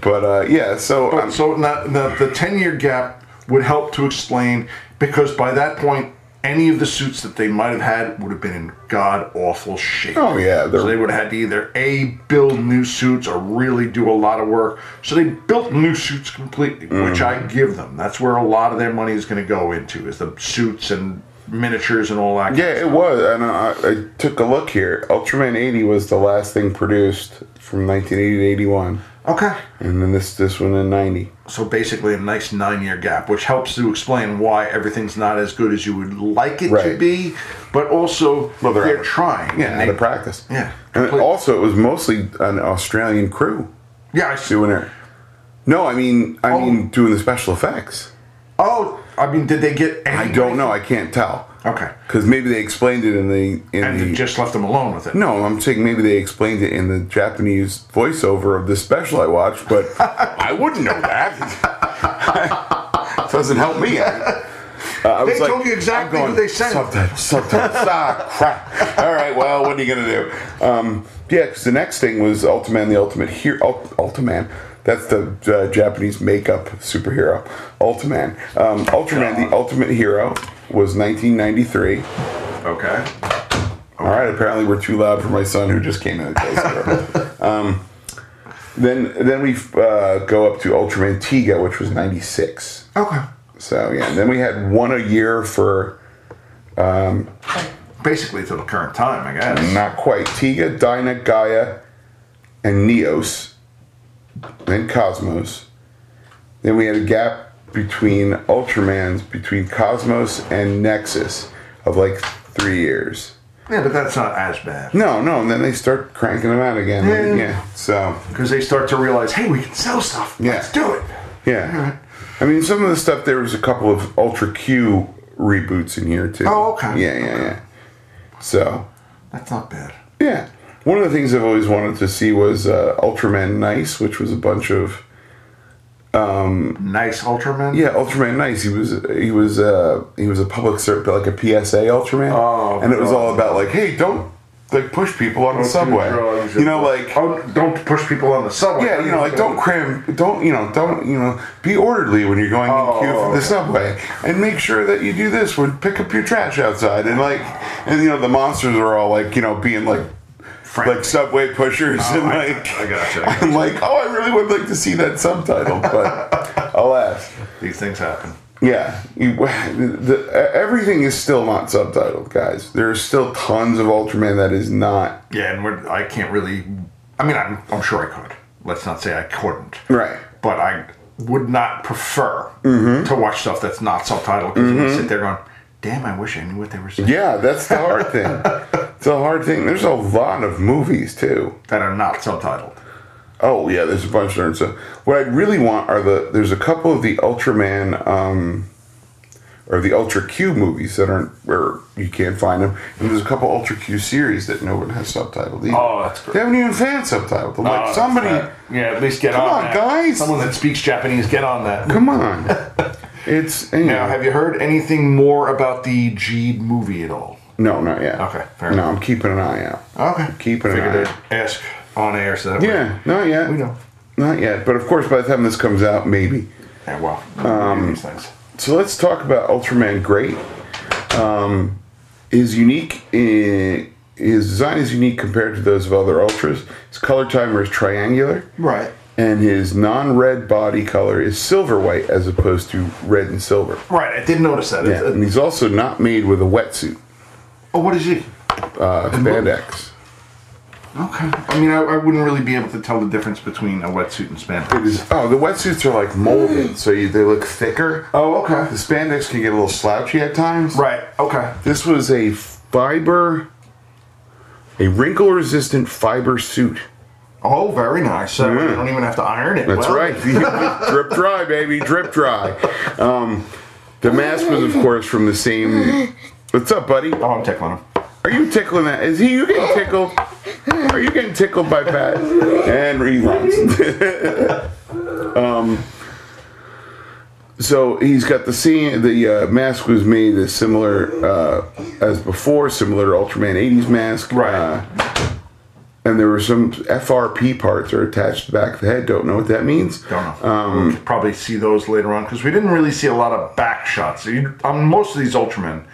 S2: But uh, yeah, so um,
S3: Oh, so not, the, the 10 year gap would help to explain because by that point, any of the suits that they might have had would have been in god awful shape.
S2: Oh, yeah, they're-
S3: So they would have had to either A, build new suits or really do a lot of work. So they built new suits completely, which I give them. That's where a lot of their money is going to go into, is the suits and miniatures and all that. kind of
S2: yeah, it was. And uh, I, I took a look here. Ultraman 80 was the last thing produced from 1980 to 81,
S3: Okay.
S2: and then this this one in 90.
S3: So basically, a nice nine year gap, which helps to explain why everything's not as good as you would like it to
S2: Right.
S3: be, but also
S2: Well,
S3: they're,
S2: they're out of-
S3: trying.
S2: Yeah,
S3: and
S2: out
S3: they-
S2: of practice.
S3: Yeah,
S2: and
S3: complete-
S2: also it was mostly an Australian crew
S3: Yeah, I see.
S2: doing it. No, I mean, I
S3: Oh.
S2: mean doing the special effects.
S3: Oh, I mean, did they get
S2: I
S3: anybody-
S2: don't know. I can't tell.
S3: Okay.
S2: Because maybe they explained it in the in
S3: And
S2: the
S3: they just left them alone with it.
S2: No, I'm saying maybe they explained it in the Japanese voiceover of this special I watched,
S3: [laughs]
S2: but I wouldn't know that. [laughs] Doesn't help me. out. Uh, I
S3: They told you exactly
S2: I'm
S3: who they sent.
S2: Subtitles,
S3: [laughs]
S2: subtitles. ah, crap. All right, well, what are you going to do? Um, yeah, because the next thing was Ultiman, the Ultimate Hero. Ult- Ultiman. That's the uh, Japanese makeup superhero. Ultiman. Um, Ultraman, the Ultimate Hero, was 1993.
S3: Okay.
S2: All right. Apparently, we're too loud for my son who just came in. The closet. um, then, then we uh, go up to Ultraman Tiga, which was '96.
S3: Okay.
S2: So yeah, and then we had one a year for
S3: Basically, to the current time, I guess.
S2: not quite Tiga, Dyna, Gaia, and Neos, then Cosmos. Then we had a gap between Ultramans, between Cosmos and Nexus, of like three years.
S3: Yeah, but that's not as bad
S2: No, no, and then they start cranking them out again.
S3: Yeah.
S2: yeah so.
S3: because they start to realize, hey, we can sell stuff.
S2: Yeah.
S3: Let's do it.
S2: Yeah. I mean, some of the stuff, there was a couple of Ultra Q reboots in here, too.
S3: Oh, okay.
S2: Yeah, yeah, yeah. So,
S3: That's not bad.
S2: yeah. One of the things I've always wanted to see was uh, Ultraman Nice, which was a bunch of.
S3: Nice Ultraman.
S2: Yeah, Ultraman Nice. He was he was uh, he was a public service, like a PSA Ultraman,
S3: Oh,
S2: and it was
S3: God.
S2: all about like, hey, don't like push people on the
S3: Don't do
S2: subway.
S3: drugs
S2: You
S3: and-
S2: know, like
S3: oh, don't push people on the subway.
S2: Yeah, you know, like don't cram, don't you know, don't you know, be orderly when you're going in queue for
S3: Oh.
S2: the subway, and make sure that you do this when pick up your trash outside, and like, and you know, the monsters are all like, you know, being like,
S3: Frantic. Oh,
S2: like subway pushers, and
S3: I-
S2: like,
S3: I gotcha, I
S2: [laughs] I'm like, oh, I really would like to see that subtitle,
S3: [laughs]
S2: but alas,
S3: These things happen.
S2: yeah, you, the, everything is still not subtitled, guys. There are still tons of Ultraman that is not
S3: Yeah, and we're, I can't really. I mean, I'm, I'm sure I could. Let's not say I couldn't.
S2: right.
S3: But I would not prefer to watch stuff that's not subtitled because you sit there going, damn, I wish I knew what they were saying.
S2: Yeah, that's the hard
S3: [laughs]
S2: thing. It's a hard thing. There's a lot of movies too.
S3: That are not subtitled.
S2: Oh yeah, there's a bunch of them. So what I really want are the there's a couple of the Ultraman um, or the Ultra Q movies that aren't where you can't find them, and there's a couple Ultra Q series that no one has subtitled. Either.
S3: Oh, that's great. Oh,
S2: They haven't even fan subtitled. I'm like somebody,
S3: Yeah, at least get
S2: Come
S3: on,
S2: on,
S3: that.
S2: guys.
S3: Someone that speaks Japanese, get on that.
S2: come on.
S3: [laughs]
S2: It's anyway.
S3: Now, have you heard anything more about the Jeed movie at all?
S2: no, not yet.
S3: Okay, fair
S2: no,
S3: enough.
S2: I'm keeping an eye out.
S3: Okay.
S2: Keeping an
S3: Figured
S2: eye.
S3: I'd ask on air so that way
S2: Yeah, not yet.
S3: we know.
S2: Not yet, but of course, by the time this comes out, maybe.
S3: Yeah, well, um, these things.
S2: So let's talk about Ultraman Great. Um, is unique. In, his design is unique compared to those of other Ultras. His color timer is triangular,
S3: Right.
S2: and his non-red body color is silver white as opposed to red and silver.
S3: Right, I did notice that. It's-
S2: Yeah, and he's also not made with a wetsuit.
S3: oh, what is he?
S2: Uh, spandex.
S3: Okay. I mean, I, I wouldn't really be able to tell the difference between a wetsuit and spandex.
S2: It is. Oh, the wetsuits are like
S3: Mm.
S2: molded, so you, they look thicker.
S3: Oh,
S2: The
S3: okay.
S2: spandex can get a little slouchy at times.
S3: Right, okay.
S2: This was a fiber, a wrinkle resistant fiber suit.
S3: Oh, very nice. So you don't even have to iron it.
S2: That's
S3: Well,
S2: right. [laughs] drip dry, baby. Drip dry. Um, the mask was, of course, from the same. What's up, buddy?
S3: Oh, I'm tickling him.
S2: Are you tickling that? Is he? You getting tickled? Are you getting tickled by Pat and [laughs] reruns? um, so he's got the scene. The uh, mask was made as similar uh, as before, similar to Ultraman '80s mask,
S3: Right.
S2: Uh, and there were some FRP parts are attached to the back of the head. Don't know what that means. Um,
S3: Don't know. we'll probably see those later on because we didn't really see a lot of back shots. You, on most of these Ultramen,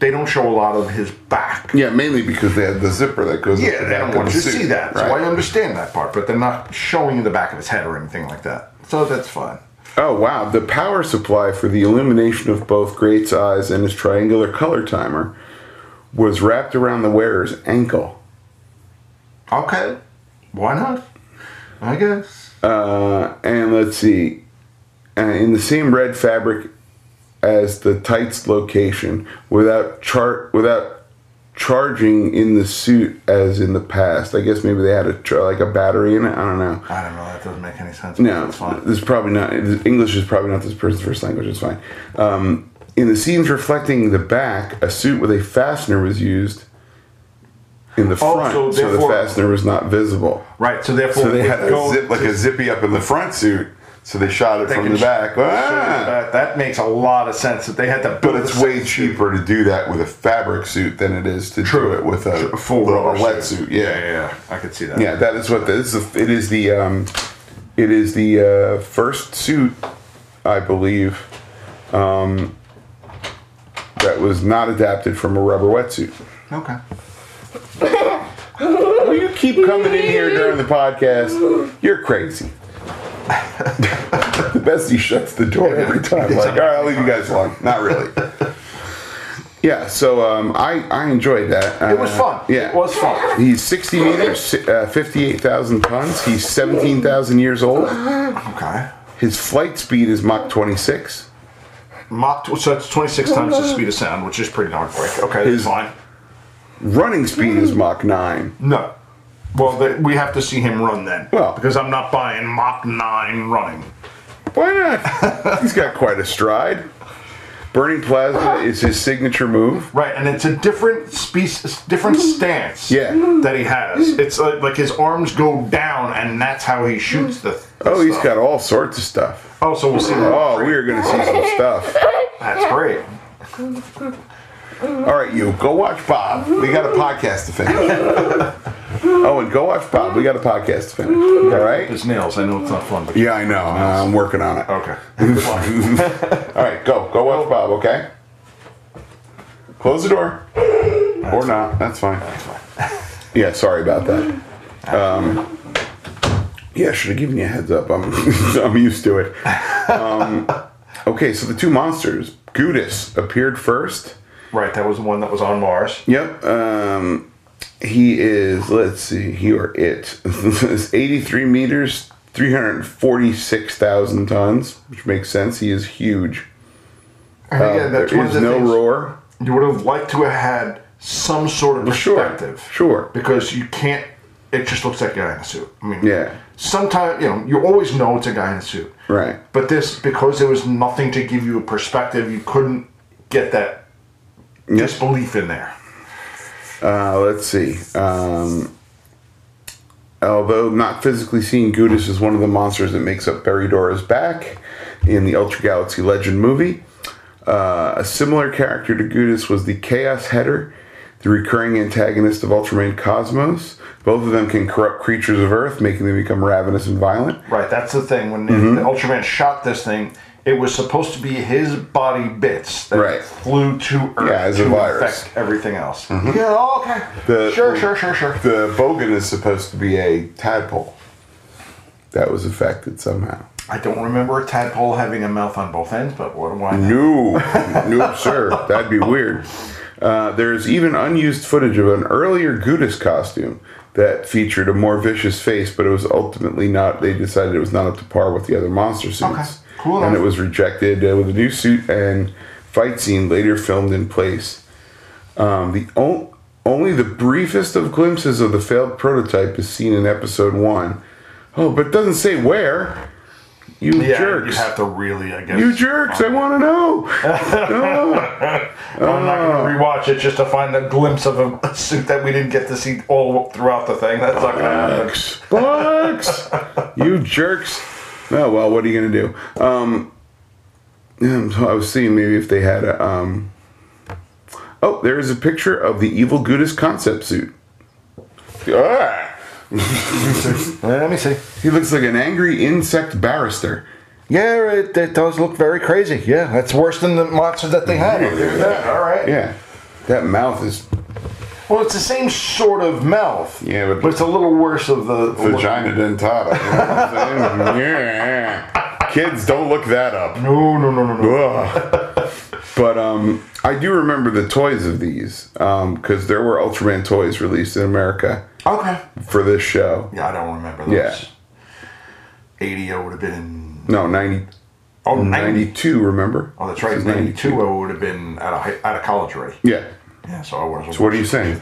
S3: they don't show a lot of his back.
S2: Yeah, mainly because they had the zipper that goes. up
S3: Yeah,
S2: the
S3: they
S2: back
S3: don't
S2: of
S3: want
S2: the
S3: you to
S2: suit,
S3: see that. So
S2: right?
S3: I understand that part, but they're not showing you the back of his head or anything like that. So that's fine.
S2: Oh wow! The power supply for the illumination of both Great's eyes and his triangular color timer was wrapped around the wearer's ankle.
S3: Okay. Why not? I guess.
S2: Uh, and let's see, uh, in the same red fabric as the tights location, without chart, without charging in the suit as in the past. I guess maybe they had a char- like a battery in it. I don't know.
S3: I don't know. That doesn't make any sense. but
S2: No,
S3: That's fine.
S2: this is probably not. English is probably not this person's first language. It's fine. Um, in the scenes reflecting the back, a suit with a fastener was used in the
S3: Oh,
S2: front, so,
S3: so
S2: the
S3: therefore-
S2: fastener was not visible.
S3: Right. So therefore,
S2: So they
S3: with
S2: had a
S3: going
S2: zip, like a zippy up in the front suit. So they shot it
S3: They
S2: from
S3: can
S2: the
S3: sh-
S2: back. Ah!
S3: That, that makes a lot of sense that they had to.
S2: But
S3: build
S2: it's
S3: a
S2: way
S3: separate suit.
S2: cheaper to do that with a fabric suit than it is to
S3: True.
S2: do it with a,
S3: A full
S2: little
S3: rubber
S2: wetsuit.
S3: Yeah,
S2: Yeah,
S3: yeah, yeah. I could see that.
S2: yeah. That is what this is. The, it is the um, it is the uh, first suit, I believe, um, that was not adapted from a rubber wetsuit.
S3: Okay.
S2: Well, you keep coming in here during the podcast. You're crazy. [laughs] the Bestie shuts the door every time. Like, all right, I'll leave you guys alone. Not
S3: [laughs]
S2: really. Yeah, so um, I, I enjoyed that.
S3: It was
S2: Uh,
S3: fun.
S2: Yeah.
S3: It was fun.
S2: He's 60 meters, uh, 58,000 tons. He's 17,000 years old.
S3: Okay.
S2: His flight speed is Mach 26.
S3: Mach, tw- so it's 26 times the speed of sound, which is pretty darn quick. Okay,
S2: Is-
S3: that's fine.
S2: Running speed is Mach 9.
S3: No. Well, th we have to see him run then.
S2: Well-
S3: because I'm not buying Mach 9 running.
S2: Why not? He's got quite a stride. Burning plasma is his signature move.
S3: Right, and it's a different species, different stance
S2: Mm. Yeah.
S3: that he has. It's like, like his arms go down, and that's how he shoots the. the
S2: Oh, he's
S3: stuff.
S2: got all sorts of stuff.
S3: Oh, so we'll see that.
S2: Oh, we are going to see some stuff.
S3: That's great.
S2: All right, you go watch Bob. We got a podcast to finish. [laughs] oh, and go watch Bob. We got a podcast to finish. All right.
S3: His nails. I know it's not fun, but
S2: Yeah, I know. Uh, I'm working on it.
S3: [laughs] Okay.
S2: [laughs] all right, go go watch Bob. Okay. Close the door, or not. That's fine. Yeah, sorry about that. Um, yeah, should have given you a heads up. I'm [laughs] I'm used to it. Um, okay, so the two monsters, Gudis appeared first.
S3: Right, that was the one that was on Mars.
S2: Yep. Um, he is, let's see, he or it [laughs] is 83 meters, 346,000 tons, which makes sense. He is huge.
S3: And
S2: Uh,
S3: again, that's
S2: there
S3: one
S2: is
S3: of the
S2: no
S3: things
S2: roar.
S3: you would have liked to have had some sort of
S2: Sure.
S3: perspective.
S2: Sure.
S3: Because you can't. It just looks like a guy in a suit. I mean,
S2: Yeah.
S3: Sometimes you know you always know it's a guy in a suit.
S2: Right.
S3: But this because there was nothing to give you a perspective, you couldn't get that disbelief in there.
S2: Uh, let's see. Um, although not physically seen, Gudis is one of the monsters that makes up Beridora's back in the Ultra Galaxy Legend movie. Uh, a similar character to Gudis was the Chaos Header, the recurring antagonist of Ultraman Cosmos. Both of them can corrupt creatures of Earth, making them become ravenous and violent.
S3: Right, that's the thing. When the Ultraman shot this thing, it was supposed to be his body bits that
S2: Right.
S3: flew to Earth
S2: Yeah, as a
S3: to
S2: virus.
S3: affect everything else. Yeah, oh, okay.
S2: The-
S3: sure, sure, sure, sure.
S2: The Bogan is supposed to be a tadpole. That was affected somehow.
S3: I don't remember a tadpole having a mouth on both ends, but what do I know?
S2: No, no, sir. That'd be weird. Uh, there's even unused footage of an earlier Gudis costume that featured a more vicious face, but it was ultimately not. They decided it was not up to par with the other monster suits,
S3: Okay, cool
S2: and it
S3: enough.
S2: was rejected uh, with a new suit and fight scene later filmed in place. Um, the o- only the briefest of glimpses of the failed prototype is seen in episode one. Oh, but it doesn't say where. You
S3: Yeah,
S2: jerks!
S3: you have to really, I guess.
S2: You jerks, I want to know.
S3: I'm not going to rewatch it just to find a glimpse of a, a suit that we didn't get to see all throughout the thing. That's not going to happen.
S2: Bucks, bucks, you jerks. Oh well, what are you gonna do? Um, yeah, so I was seeing maybe if they had a. Um, oh, there is a picture of the evil Gudis concept suit. Ah,
S3: Uh, Let me see.
S2: he looks like an angry insect barrister.
S3: Yeah, it, it does look very crazy. Yeah, that's worse than the monster that they had. All right.
S2: Yeah, that mouth is
S3: Well, it's the same sort of mouth.
S2: Yeah, but-
S3: but, it's a little worse of the
S2: vagina dentata. You know what I'm saying? [laughs] yeah, kids, don't look that up.
S3: No, no, no, no, no.
S2: Ugh. but um, I do remember the toys of these because there were Ultraman toys released in America
S3: Okay.
S2: for this show.
S3: Yeah, I don't remember those.
S2: Yeah.
S3: 80 I would have been in.
S2: No, 90,
S3: Oh, 90.
S2: 92, remember?
S3: Oh, that's
S2: This
S3: right.
S2: is
S3: 92 I would have been out of, hi- out of college already.
S2: Yeah.
S3: Yeah, so I was.
S2: So what are you saying?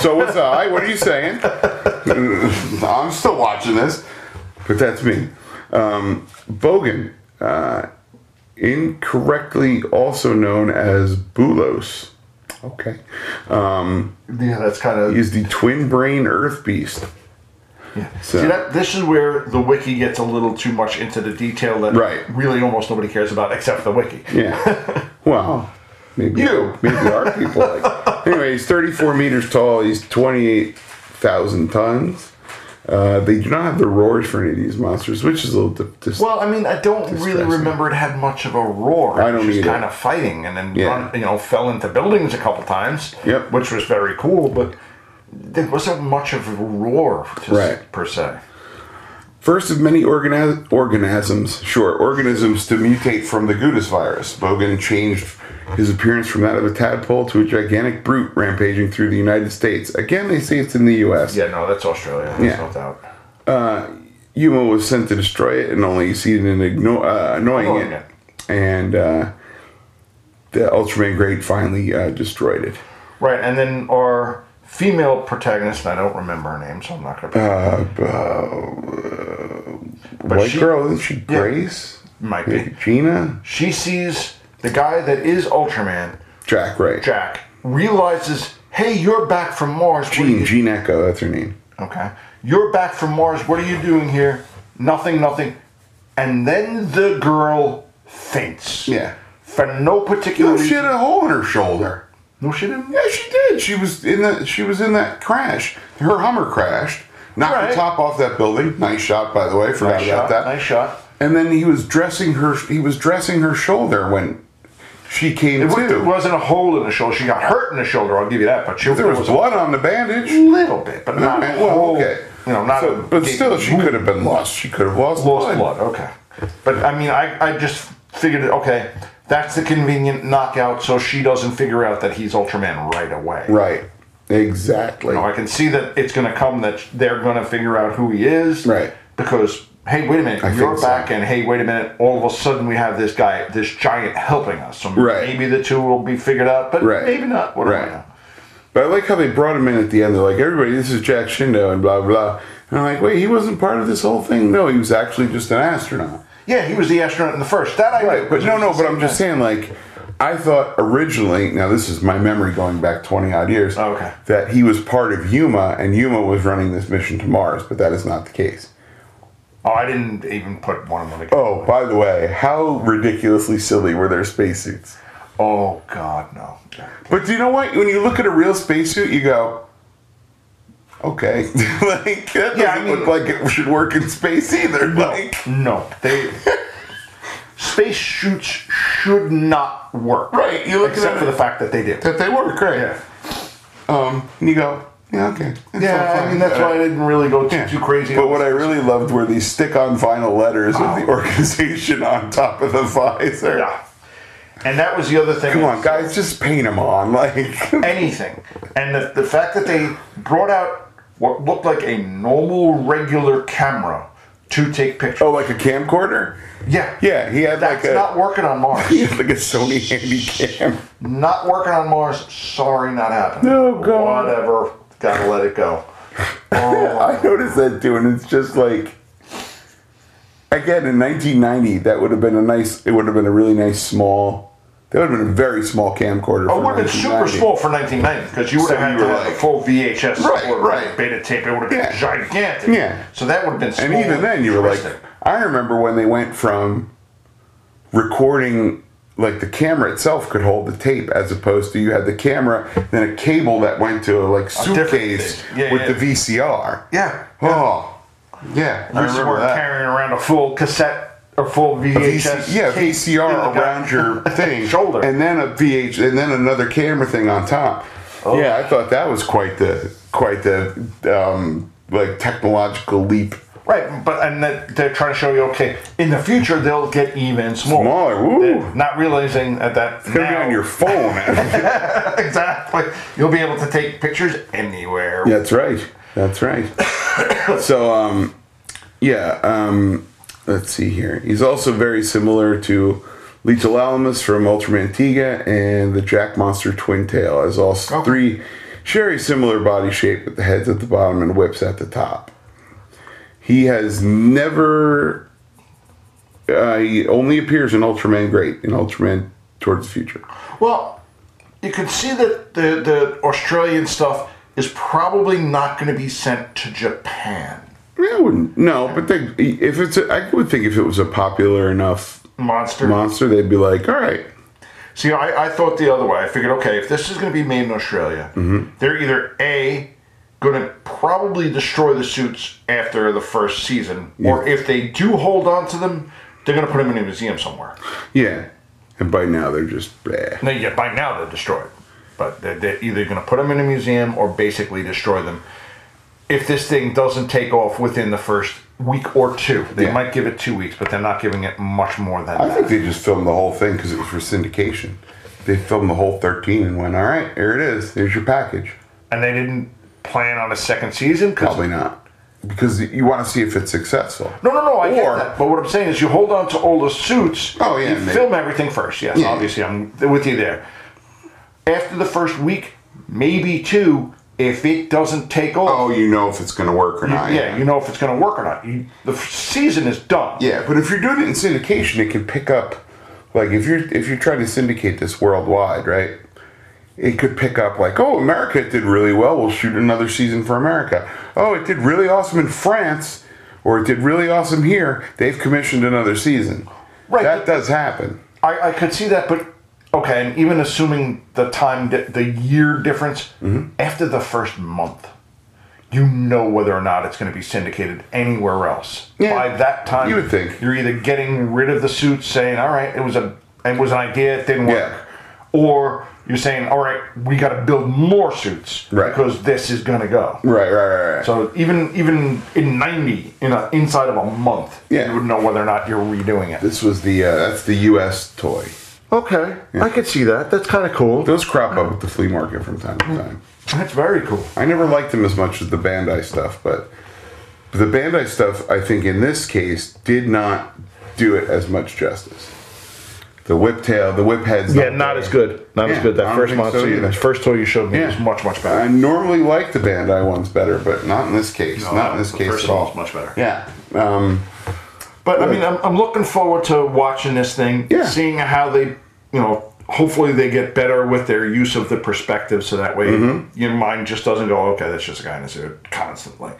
S2: So what's I? What are you saying?
S3: [laughs]
S2: I'm still watching this, but that's me. Um, Bogan, uh, incorrectly also known as Bulos. Okay. Um,
S3: Yeah, that's kind of.
S2: is the twin brain earth beast. So-
S3: See that this is where the wiki gets a little too much into the detail that
S2: Right.
S3: really almost nobody cares about except the wiki.
S2: Yeah. [laughs] Well, maybe
S3: You.
S2: maybe our people
S3: [laughs]
S2: like. Anyway, he's 34 meters tall. He's 28,000 tons. Uh, they do not have the roars for any of these monsters, which is a little di- dis-
S3: Well, I mean, I don't really
S2: Distressing.
S3: remember it had much of a roar.
S2: I don't
S3: Just
S2: either.
S3: kind of fighting and then
S2: Yeah.
S3: run, you know fell into buildings a couple times.
S2: Yep.
S3: Which was very cool, but there wasn't much of a roar to,
S2: Right.
S3: per se.
S2: First of many organi- organisms, sure, organisms to mutate from the Gudis virus. Bogan changed his appearance from that of a tadpole to a gigantic brute rampaging through the United States. Again, they say it's in the U.S.
S3: Yeah, no, that's Australia. There's
S2: Yeah.
S3: no doubt.
S2: Yuma was sent to destroy it and only succeeded in igno- uh, annoying
S3: Annoying
S2: it. And uh, the Ultraman Great finally uh, destroyed it.
S3: Right, and then our female protagonist, and I don't remember her name, so I'm not going to.
S2: Uh, b- uh, white
S3: she-
S2: girl, isn't she Grace?
S3: might be.
S2: Gina?
S3: She sees the guy that is Ultraman,
S2: Jack, right.
S3: Jack, realizes, hey, you're back from Mars. What are
S2: Jean,
S3: you
S2: Jean Echo, that's her name.
S3: Okay. You're back from Mars. What are you doing here? Nothing, nothing. And then the girl faints.
S2: Yeah.
S3: For no particular
S2: No, she
S3: reason.
S2: had a hole in her shoulder.
S3: No shit. in-
S2: Yeah, she did. She was in that. She was in that crash. Her Hummer crashed, knocked the
S3: Right.
S2: top off that building. Nice shot, by the way. Forgot
S3: Nice
S2: about
S3: shot.
S2: that.
S3: Nice shot.
S2: And then he was dressing her. He was dressing her shoulder when she came
S3: It,
S2: to.
S3: wa- it wasn't a hole in the shoulder. She got hurt in the shoulder. I'll give you that. But she,
S2: there was blood on the bandage.
S3: a little bit, but not a
S2: well,
S3: whole.
S2: okay.
S3: You know, not.
S2: So-
S3: a
S2: but
S3: big
S2: still, she
S3: wound.
S2: could have been lost. She could have lost,
S3: lost blood. Okay. But I mean, I I just figured okay. That's the convenient knockout, so she doesn't figure out that he's Ultraman right away.
S2: Right. Exactly.
S3: know, I can see that it's going to come that they're going to figure out who he is.
S2: Right.
S3: Because, hey, wait a minute,
S2: I
S3: you're
S2: think so.
S3: back, and hey, wait a minute, all of a sudden we have this guy, this giant helping us. So
S2: Right.
S3: maybe the two will be figured out, but
S2: Right.
S3: maybe not. What do I
S2: Right.
S3: know?
S2: But I like how they brought him in at the end. They're like, everybody, this is Jack Shindo and blah, blah. And I'm like, wait, he wasn't part of this whole thing? No, he was actually just an astronaut.
S3: Yeah, he was the astronaut in the first. That I
S2: Right, but no, no, but I'm just saying, like, I thought originally, now this is my memory going back 20 odd years,
S3: Oh, Okay.
S2: that he was part of Yuma and Yuma was running this mission to Mars, but that is not the case.
S3: Oh, I didn't even put one of them together.
S2: Oh, by the way, how ridiculously silly were their spacesuits?
S3: Oh God, no.
S2: But do you know what? When you look at a real spacesuit, you go, okay, [laughs] like that doesn't
S3: Yeah, I mean-
S2: look like it should work in space either. Like,
S3: No, they [laughs] space shoots should not work.
S2: Right, you're looking
S3: except
S2: at
S3: for
S2: it-
S3: the fact that they do.
S2: that they work right.
S3: Yeah,
S2: Um, and you go, yeah, okay. It's all
S3: yeah.
S2: fine.
S3: I mean that's
S2: Uh,
S3: why I didn't really go too,
S2: yeah.
S3: too crazy. Ah.
S2: But what I really loved were these stick-on vinyl letters with the organization [laughs] on top of the visor.
S3: yeah, and that was the other thing.
S2: Come on, guys, just paint them on. Like, [laughs]
S3: anything. And the, the fact that they brought out what looked like a normal, regular camera to take pictures.
S2: oh, like a camcorder.
S3: yeah.
S2: Yeah, he had
S3: That's
S2: like a
S3: not working on
S2: [laughs] he
S3: Mars.
S2: had like a Sony handy cam. [laughs]
S3: not working on Mars. Sorry, not happening.
S2: No, God.
S3: Whatever. Gotta let it go.
S2: [laughs] I noticed that too, and it's just like, again, in 1990, that would have been a nice. It would have been a really nice small. That would have been a very small camcorder.
S3: It would have been Oh, super small for 1990 because you would
S2: So
S3: have
S2: you
S3: had to
S2: were
S3: have a
S2: like-
S3: full VHS
S2: Right,
S3: or
S2: right.
S3: beta tape. It would have been
S2: Yeah.
S3: gigantic.
S2: Yeah.
S3: So that would have been.
S2: And
S3: small
S2: even then, you were like,
S3: futuristic.
S2: I remember when they went from recording, like the camera itself could hold the tape, as opposed to you had the camera, then a cable that went to like
S3: different
S2: suitcase
S3: thing. Yeah,
S2: with
S3: yeah.
S2: the VCR.
S3: yeah.
S2: Oh, yeah. I
S3: We were
S2: remember that.
S3: carrying around a full cassette or full VHS.
S2: VC, yeah,
S3: tape in the
S2: VCR
S3: guy-
S2: around
S3: [laughs]
S2: your thing,
S3: Shoulder.
S2: and then a VH, and then another camera thing on top.
S3: Oh.
S2: Yeah, I thought that was quite the quite the um, like technological leap.
S3: Right, but and that they're trying to show you, okay, in the future they'll get even smaller.
S2: Smaller, woo.
S3: Not realizing at that
S2: Gonna be
S3: now-
S2: on your phone. yeah,
S3: [laughs] exactly, you'll be able to take pictures anywhere.
S2: that's right. That's right. [coughs] so, um, yeah, um, let's see here. He's also very similar to Lethal Alamus from Ultraman Tiga and the Jack Monster Twin Tail, as all s
S3: Okay.
S2: three share a similar body shape with the heads at the bottom and whips at the top. He has never. Uh, he only appears in Ultraman Great, in Ultraman Towards the Future.
S3: Well, you can see that the the Australian stuff is probably not going to be sent to Japan.
S2: Yeah, I wouldn't. No, but they, if it's, a, I would think if it was a popular enough
S3: Monster.
S2: monster, they'd be like, all right,
S3: See, I, I thought the other way. I figured, okay, if this is going to be made in Australia,
S2: Mm-hmm.
S3: they're either A, going to probably destroy the suits after the first season, or if they do hold on to them, they're going to put them in a museum somewhere.
S2: yeah. And by now they're just, bleh.
S3: Now, yeah, by now they're destroyed. But they're, they're either going to put them in a museum or basically destroy them. If this thing doesn't take off within the first week or two, they
S2: Yeah.
S3: might give it two weeks, but they're not giving it much more than
S2: I
S3: that.
S2: think they just filmed the whole thing because it was for syndication. They filmed the whole 13 and went, all right, here it is. Here's your package.
S3: and they didn't plan on a second season because
S2: Probably not. Because you want to see if it's successful.
S3: No, no, no. I
S2: Or-
S3: get that. But what I'm saying is, you hold on to all the suits.
S2: Oh, yeah,
S3: You
S2: maybe.
S3: film everything first. Yes,
S2: Yeah.
S3: obviously, I'm with you there. After the first week, maybe two, if it doesn't take off,
S2: Oh, you know if it's going to work or not.
S3: yeah, you know if it's going to work or not. You, the f- season is done.
S2: Yeah, but if you're doing it in syndication, it can pick up. Like if you're if you're trying to syndicate this worldwide, right? It could pick up like, oh, America did really well. We'll shoot another season for America. Oh, it did really awesome in France, or it did really awesome here. They've commissioned another season.
S3: Right,
S2: that
S3: but-
S2: does happen.
S3: I, I could see that, but okay. And even assuming the time, di- the year difference,
S2: Mm-hmm.
S3: after the first month, you know whether or not it's going to be syndicated anywhere else.
S2: Yeah,
S3: By that time,
S2: you would think.
S3: you're either getting rid of the suits, saying, "All right, it was a, it was an idea, it didn't work," or you're saying, "All right, we got to build more suits
S2: Right.
S3: because this is going to go."
S2: Right, right, right, right.
S3: So even even in ninety, in a, inside of a month,
S2: Yeah.
S3: you would know whether or not you're redoing it.
S2: this was the uh, that's the U.S. toy.
S3: Okay, I could see that. That's kind of cool.
S2: Those crop up at the flea market from time to time.
S3: That's very cool.
S2: I never liked them as much as the Bandai stuff, but the Bandai stuff, I think in this case, did not do it as much justice. The whip tail, the whip heads.
S3: Yeah, not as good. Not as
S2: Yeah,
S3: good.
S2: I
S3: That
S2: don't
S3: first
S2: think
S3: monster,
S2: so
S3: you-
S2: either.
S3: that first toy you showed me
S2: Yeah.
S3: was much, much
S2: I
S3: better.
S2: normally like the Bandai ones better, but not in this case. not in this
S3: the
S2: case
S3: first
S2: at
S3: one
S2: all.
S3: was much better.
S2: Yeah. Um,
S3: But I mean, I'm, I'm looking forward to watching this thing,
S2: Yeah.
S3: seeing how they, you know, hopefully they get better with their use of the perspective, so that way
S2: Mm-hmm.
S3: your mind just doesn't go, okay, that's just a guy in a suit constantly,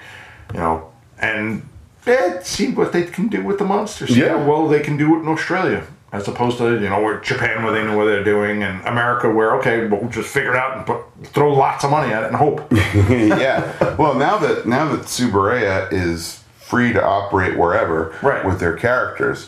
S3: you know, and eh, see what they can do with the monsters.
S2: Yeah.
S3: Yeah, well, they can do it in Australia. as opposed to you know where Japan where they knew what they're doing and America where okay we'll just figure it out and put, throw lots of money at it and
S2: [laughs]
S3: hope.
S2: yeah. Well, now that now that Subaraya is free to operate wherever
S3: Right.
S2: with their characters,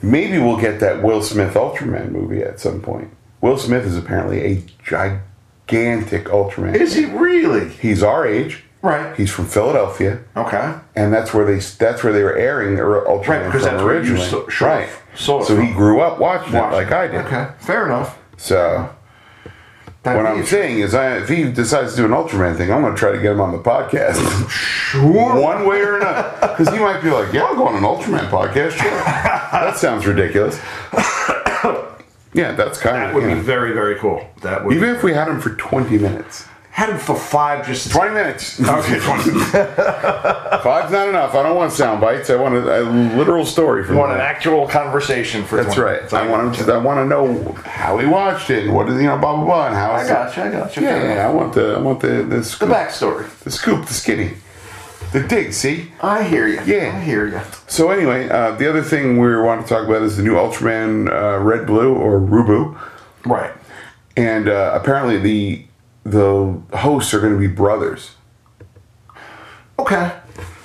S2: maybe we'll get that Will Smith Ultraman movie at some point. Will Smith is apparently a gigantic Ultraman.
S3: Is he really?
S2: He's our age.
S3: Right.
S2: He's from Philadelphia,
S3: Okay.
S2: and that's where they that's where they were airing the Ultraman
S3: Right, because
S2: from
S3: that's where you
S2: originally.
S3: so- sure,
S2: right.
S3: saw it
S2: so he
S3: from.
S2: grew up watching it
S3: Watch.
S2: like I did.
S3: Okay, fair enough.
S2: So
S3: That
S2: what I'm
S3: means-
S2: saying is, I, if he decides to do an Ultraman thing, I'm going to try to get him on the podcast.
S3: sure.
S2: one way or another. Because he might be like, yeah, I'll go on an Ultraman podcast. Sure. that sounds ridiculous. [coughs] yeah, that's kind
S3: That
S2: of.
S3: would
S2: you
S3: be
S2: know.
S3: very very cool. That would.
S2: even if we had him for 20 minutes.
S3: had him for five just
S2: 20 minutes.
S3: [laughs] Okay, 20.
S2: [laughs] Five's not enough. I don't want sound bites. I want a, a literal story from
S3: want an
S2: him.
S3: actual conversation for
S2: That's
S3: 20.
S2: right. I want him to. I want to know how he watched it and what is you know blah blah blah and how.
S3: I
S2: it's-
S3: gotcha, I gotcha.
S2: Yeah,
S3: Fair
S2: yeah,
S3: enough.
S2: I want the. I want the the
S3: the
S2: scoop.
S3: backstory.
S2: The scoop. The skinny. The dig. See.
S3: I hear you.
S2: Yeah.
S3: I hear you.
S2: So anyway, uh, the other thing we want to talk about is the new Ultraman uh, Red Blue or Rubu,
S3: Right.
S2: and uh, apparently the the hosts are going to be brothers.
S3: Okay.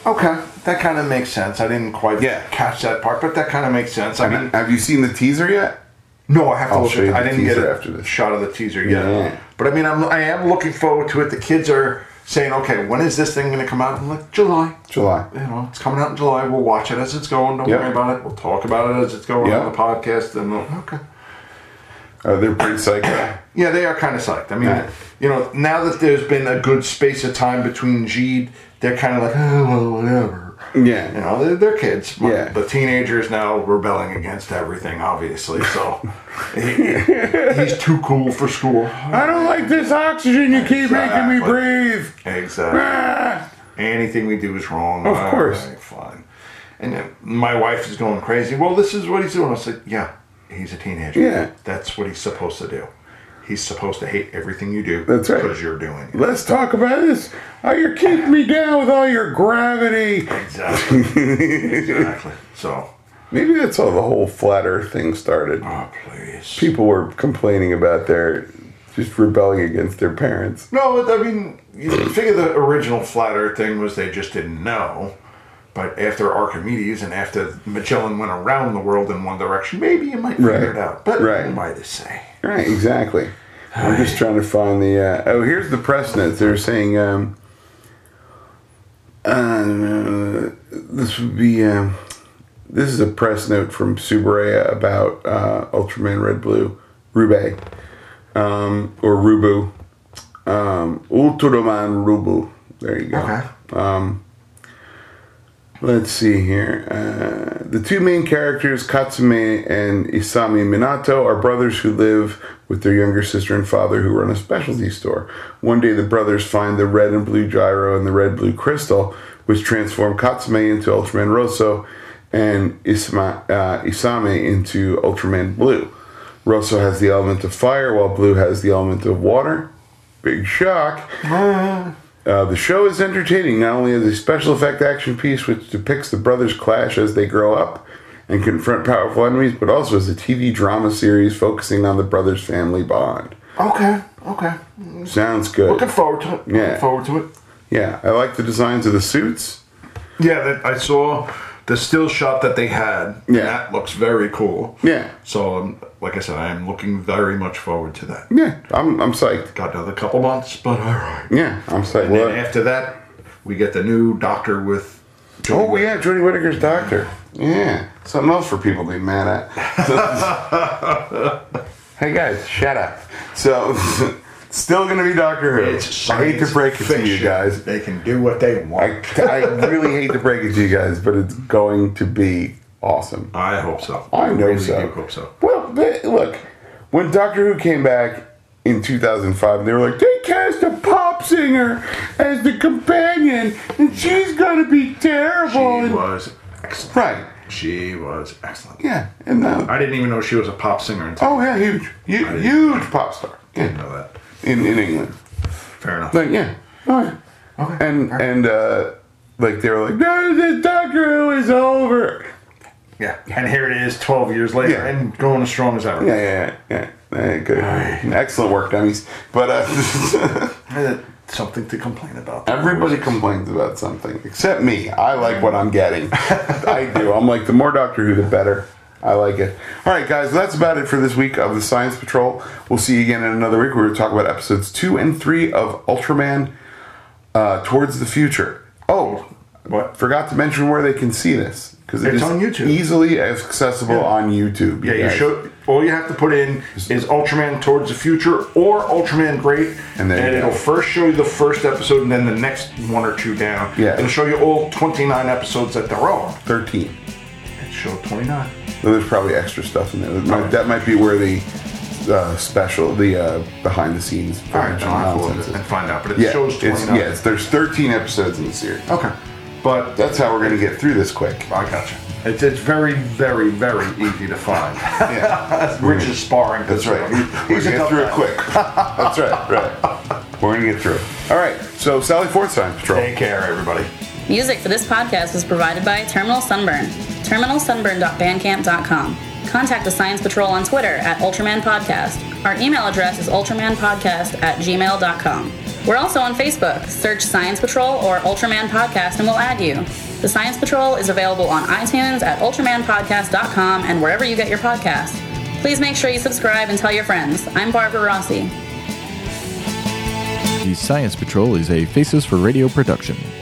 S3: Okay. That kind of makes sense. I didn't quite
S2: Yeah.
S3: catch that part, but that kind of makes sense. I mean,
S2: Have you seen the teaser yet?
S3: no, I have to
S2: I'll
S3: look
S2: show
S3: at
S2: you
S3: I
S2: the
S3: didn't get
S2: teaser
S3: a
S2: after this.
S3: shot of the teaser yet.
S2: Yeah.
S3: But I mean, I'm, I am looking forward to it. The kids are saying, okay, when is this thing going to come out? I'm like, July.
S2: July.
S3: You know, it's coming out in July. We'll watch it as it's going. Don't
S2: Yep.
S3: worry about it. We'll talk about it as it's going
S2: Yeah.
S3: on the podcast. And we'll, okay.
S2: Uh, they're pretty psycho.
S3: Yeah, they are kind of psyched. I mean,
S2: Right.
S3: you know, now that there's been a good space of time between Jeed, they're kind of like, oh, well, whatever. You
S2: Yeah.
S3: know, they're, they're kids. My-
S2: Yeah.
S3: The teenager's now rebelling against everything, obviously. So
S2: [laughs]
S3: he, he's too cool for school.
S2: I don't like this oxygen you keep making me
S3: Exactly.
S2: breathe.
S3: Exactly.
S2: Ah!
S3: Anything we do is wrong.
S2: Of
S3: All
S2: course.
S3: right, fine. And then my wife is going crazy. Well, this is what he's doing. I said, yeah, he's a teenager.
S2: Yeah.
S3: That's what he's supposed to do. He's supposed to hate everything you do.
S2: That's right.
S3: Because you're doing it.
S2: Let's talk about this. How you're keeping me down with all your gravity.
S3: Exactly. exactly.
S2: [laughs]
S3: So,
S2: Maybe that's how the whole flat Earth thing started.
S3: oh please.
S2: people were complaining about their just rebelling against their parents.
S3: No, I mean, you figure the original flat Earth thing was they just didn't know. But after Archimedes and after Magellan went around the world in one direction, maybe you might figure
S2: Right.
S3: it out. But
S2: Right.
S3: who am I to say?
S2: Right, exactly. I'm just trying to find the. Uh, oh, here's the press notes. They're saying um, uh, this would be. Um, this is a press note from Subaraya about uh, Ultraman Red Blue, Rube, um, or Rubu, um, Ultraman Rubu. There you go.
S3: Okay.
S2: Let's see here. Uh, the two main characters, Katsume and Isami Minato, are brothers who live with their younger sister and father who run a specialty store. One day, the brothers find the red and blue gyro and the red blue crystal, which transform Katsume into Ultraman Rosso and Isma, uh, Isame into Ultraman Blue. Rosso has the element of fire, while Blue has the element of water. Big shock. Uh, the show is entertaining not only as a special effect action piece which depicts the brothers clash as they grow up and confront powerful enemies, but also as a TV drama series focusing on the brothers' family bond.
S3: Okay, okay.
S2: Sounds good.
S3: Looking forward to it.
S2: Yeah.
S3: Looking forward to it.
S2: Yeah, I like the designs of the suits.
S3: Yeah, that, I saw the still shot that they had.
S2: Yeah.
S3: That looks very cool.
S2: Yeah,
S3: So, um, like I said, I am looking very much forward to that.
S2: yeah, I'm, I'm psyched.
S3: Got another couple months, but all right.
S2: Yeah, I'm psyched.
S3: And
S2: Well,
S3: then after that, we get the new doctor with. Jodie
S2: oh, yeah, Jodie Whittaker's doctor. Yeah, something else for people to be mad at.
S3: [laughs]
S2: hey guys, shut up. So, [laughs] still gonna be Doctor Who.
S3: It's
S2: I hate to
S3: science
S2: break it to you
S3: fiction.
S2: guys.
S3: They can do what they
S2: I,
S3: want.
S2: I really hate to break it to you guys, but it's going to be awesome.
S3: I, hope so.
S2: I know
S3: really
S2: so.
S3: do hope so.
S2: Well, they, look, when Doctor Who came back in 2005, they were like, they cast a pop singer as the companion, and she's going to be
S3: She
S2: terrible. and-
S3: was excellent.
S2: right.
S3: She was excellent.
S2: Oh, Yeah. And now,
S3: I didn't even know she was a pop singer until
S2: oh, yeah, huge. Hu- Huge pop star.
S3: I didn't
S2: Yeah.
S3: know that.
S2: In, in England.
S3: Fair enough.
S2: Like, yeah.
S3: Oh,
S2: All right.
S3: okay.
S2: And, and, uh, like, they were like, no, the Doctor Who is over.
S3: Yeah. And here it is 12 years later
S2: Yeah.
S3: and going as strong as ever.
S2: Yeah, yeah, yeah. yeah. Eh, Good. Excellent work, dummies. But uh, [laughs]
S3: Uh, Something to complain about.
S2: everybody complains about something except me. I like what I'm getting. [laughs] I do. I'm like, the more Doctor Who, the better. I like it. All right, guys, that's about it for this week of the Science Patrol. We'll see you again in another week where we talk about episodes two and three of Ultraman uh, Towards the Future. Oh,
S3: What?
S2: forgot to mention where they can see this because
S3: It's on YouTube.
S2: easily accessible on YouTube.
S3: Yeah, you
S2: guys.
S3: show. All you have to put in is Ultraman Towards the Future or Ultraman Great,
S2: And
S3: and,
S2: there you go.
S3: it'll first show you the first episode and then the next one or two down.
S2: Yeah.
S3: It'll show you all 29 episodes that they're on.
S2: thirteen.
S3: It showed 29.
S2: Well, there's probably extra stuff in there. That might, that might be where the uh, special, the uh, behind the scenes
S3: All right,
S2: financial
S3: I'll have to
S2: nonsense
S3: look
S2: is.
S3: and find out, but it
S2: Yeah,
S3: shows
S2: it's,
S3: 29.
S2: yeah, it's, there's 13 episodes in the series.
S3: Okay. But
S2: That's how we're gonna get through this quick.
S3: I gotcha. It's, it's very, very, very easy to find.
S2: Yeah.
S3: [laughs] Rich is sparring.
S2: That's right. We're
S3: He's
S2: gonna get
S3: a tough
S2: through it
S3: guy.
S2: quick. That's right. Right. We're gonna get through it. All right. So Sally Ford Science Patrol.
S3: Take care, everybody.
S1: Music for this podcast was provided by Terminal Sunburn. TerminalSunburn.bandcamp.com. Contact the Science Patrol on Twitter at Ultraman Podcast. Our email address is ultramanpodcast at gmail.com. We're also on Facebook. Search Science Patrol or Ultraman Podcast and we'll add you. The Science Patrol is available on iTunes at ultramanpodcast.com and wherever you get your podcasts. Please make sure you subscribe and tell your friends. I'm Barbara Rossi.
S4: The Science Patrol is a Faces for Radio production.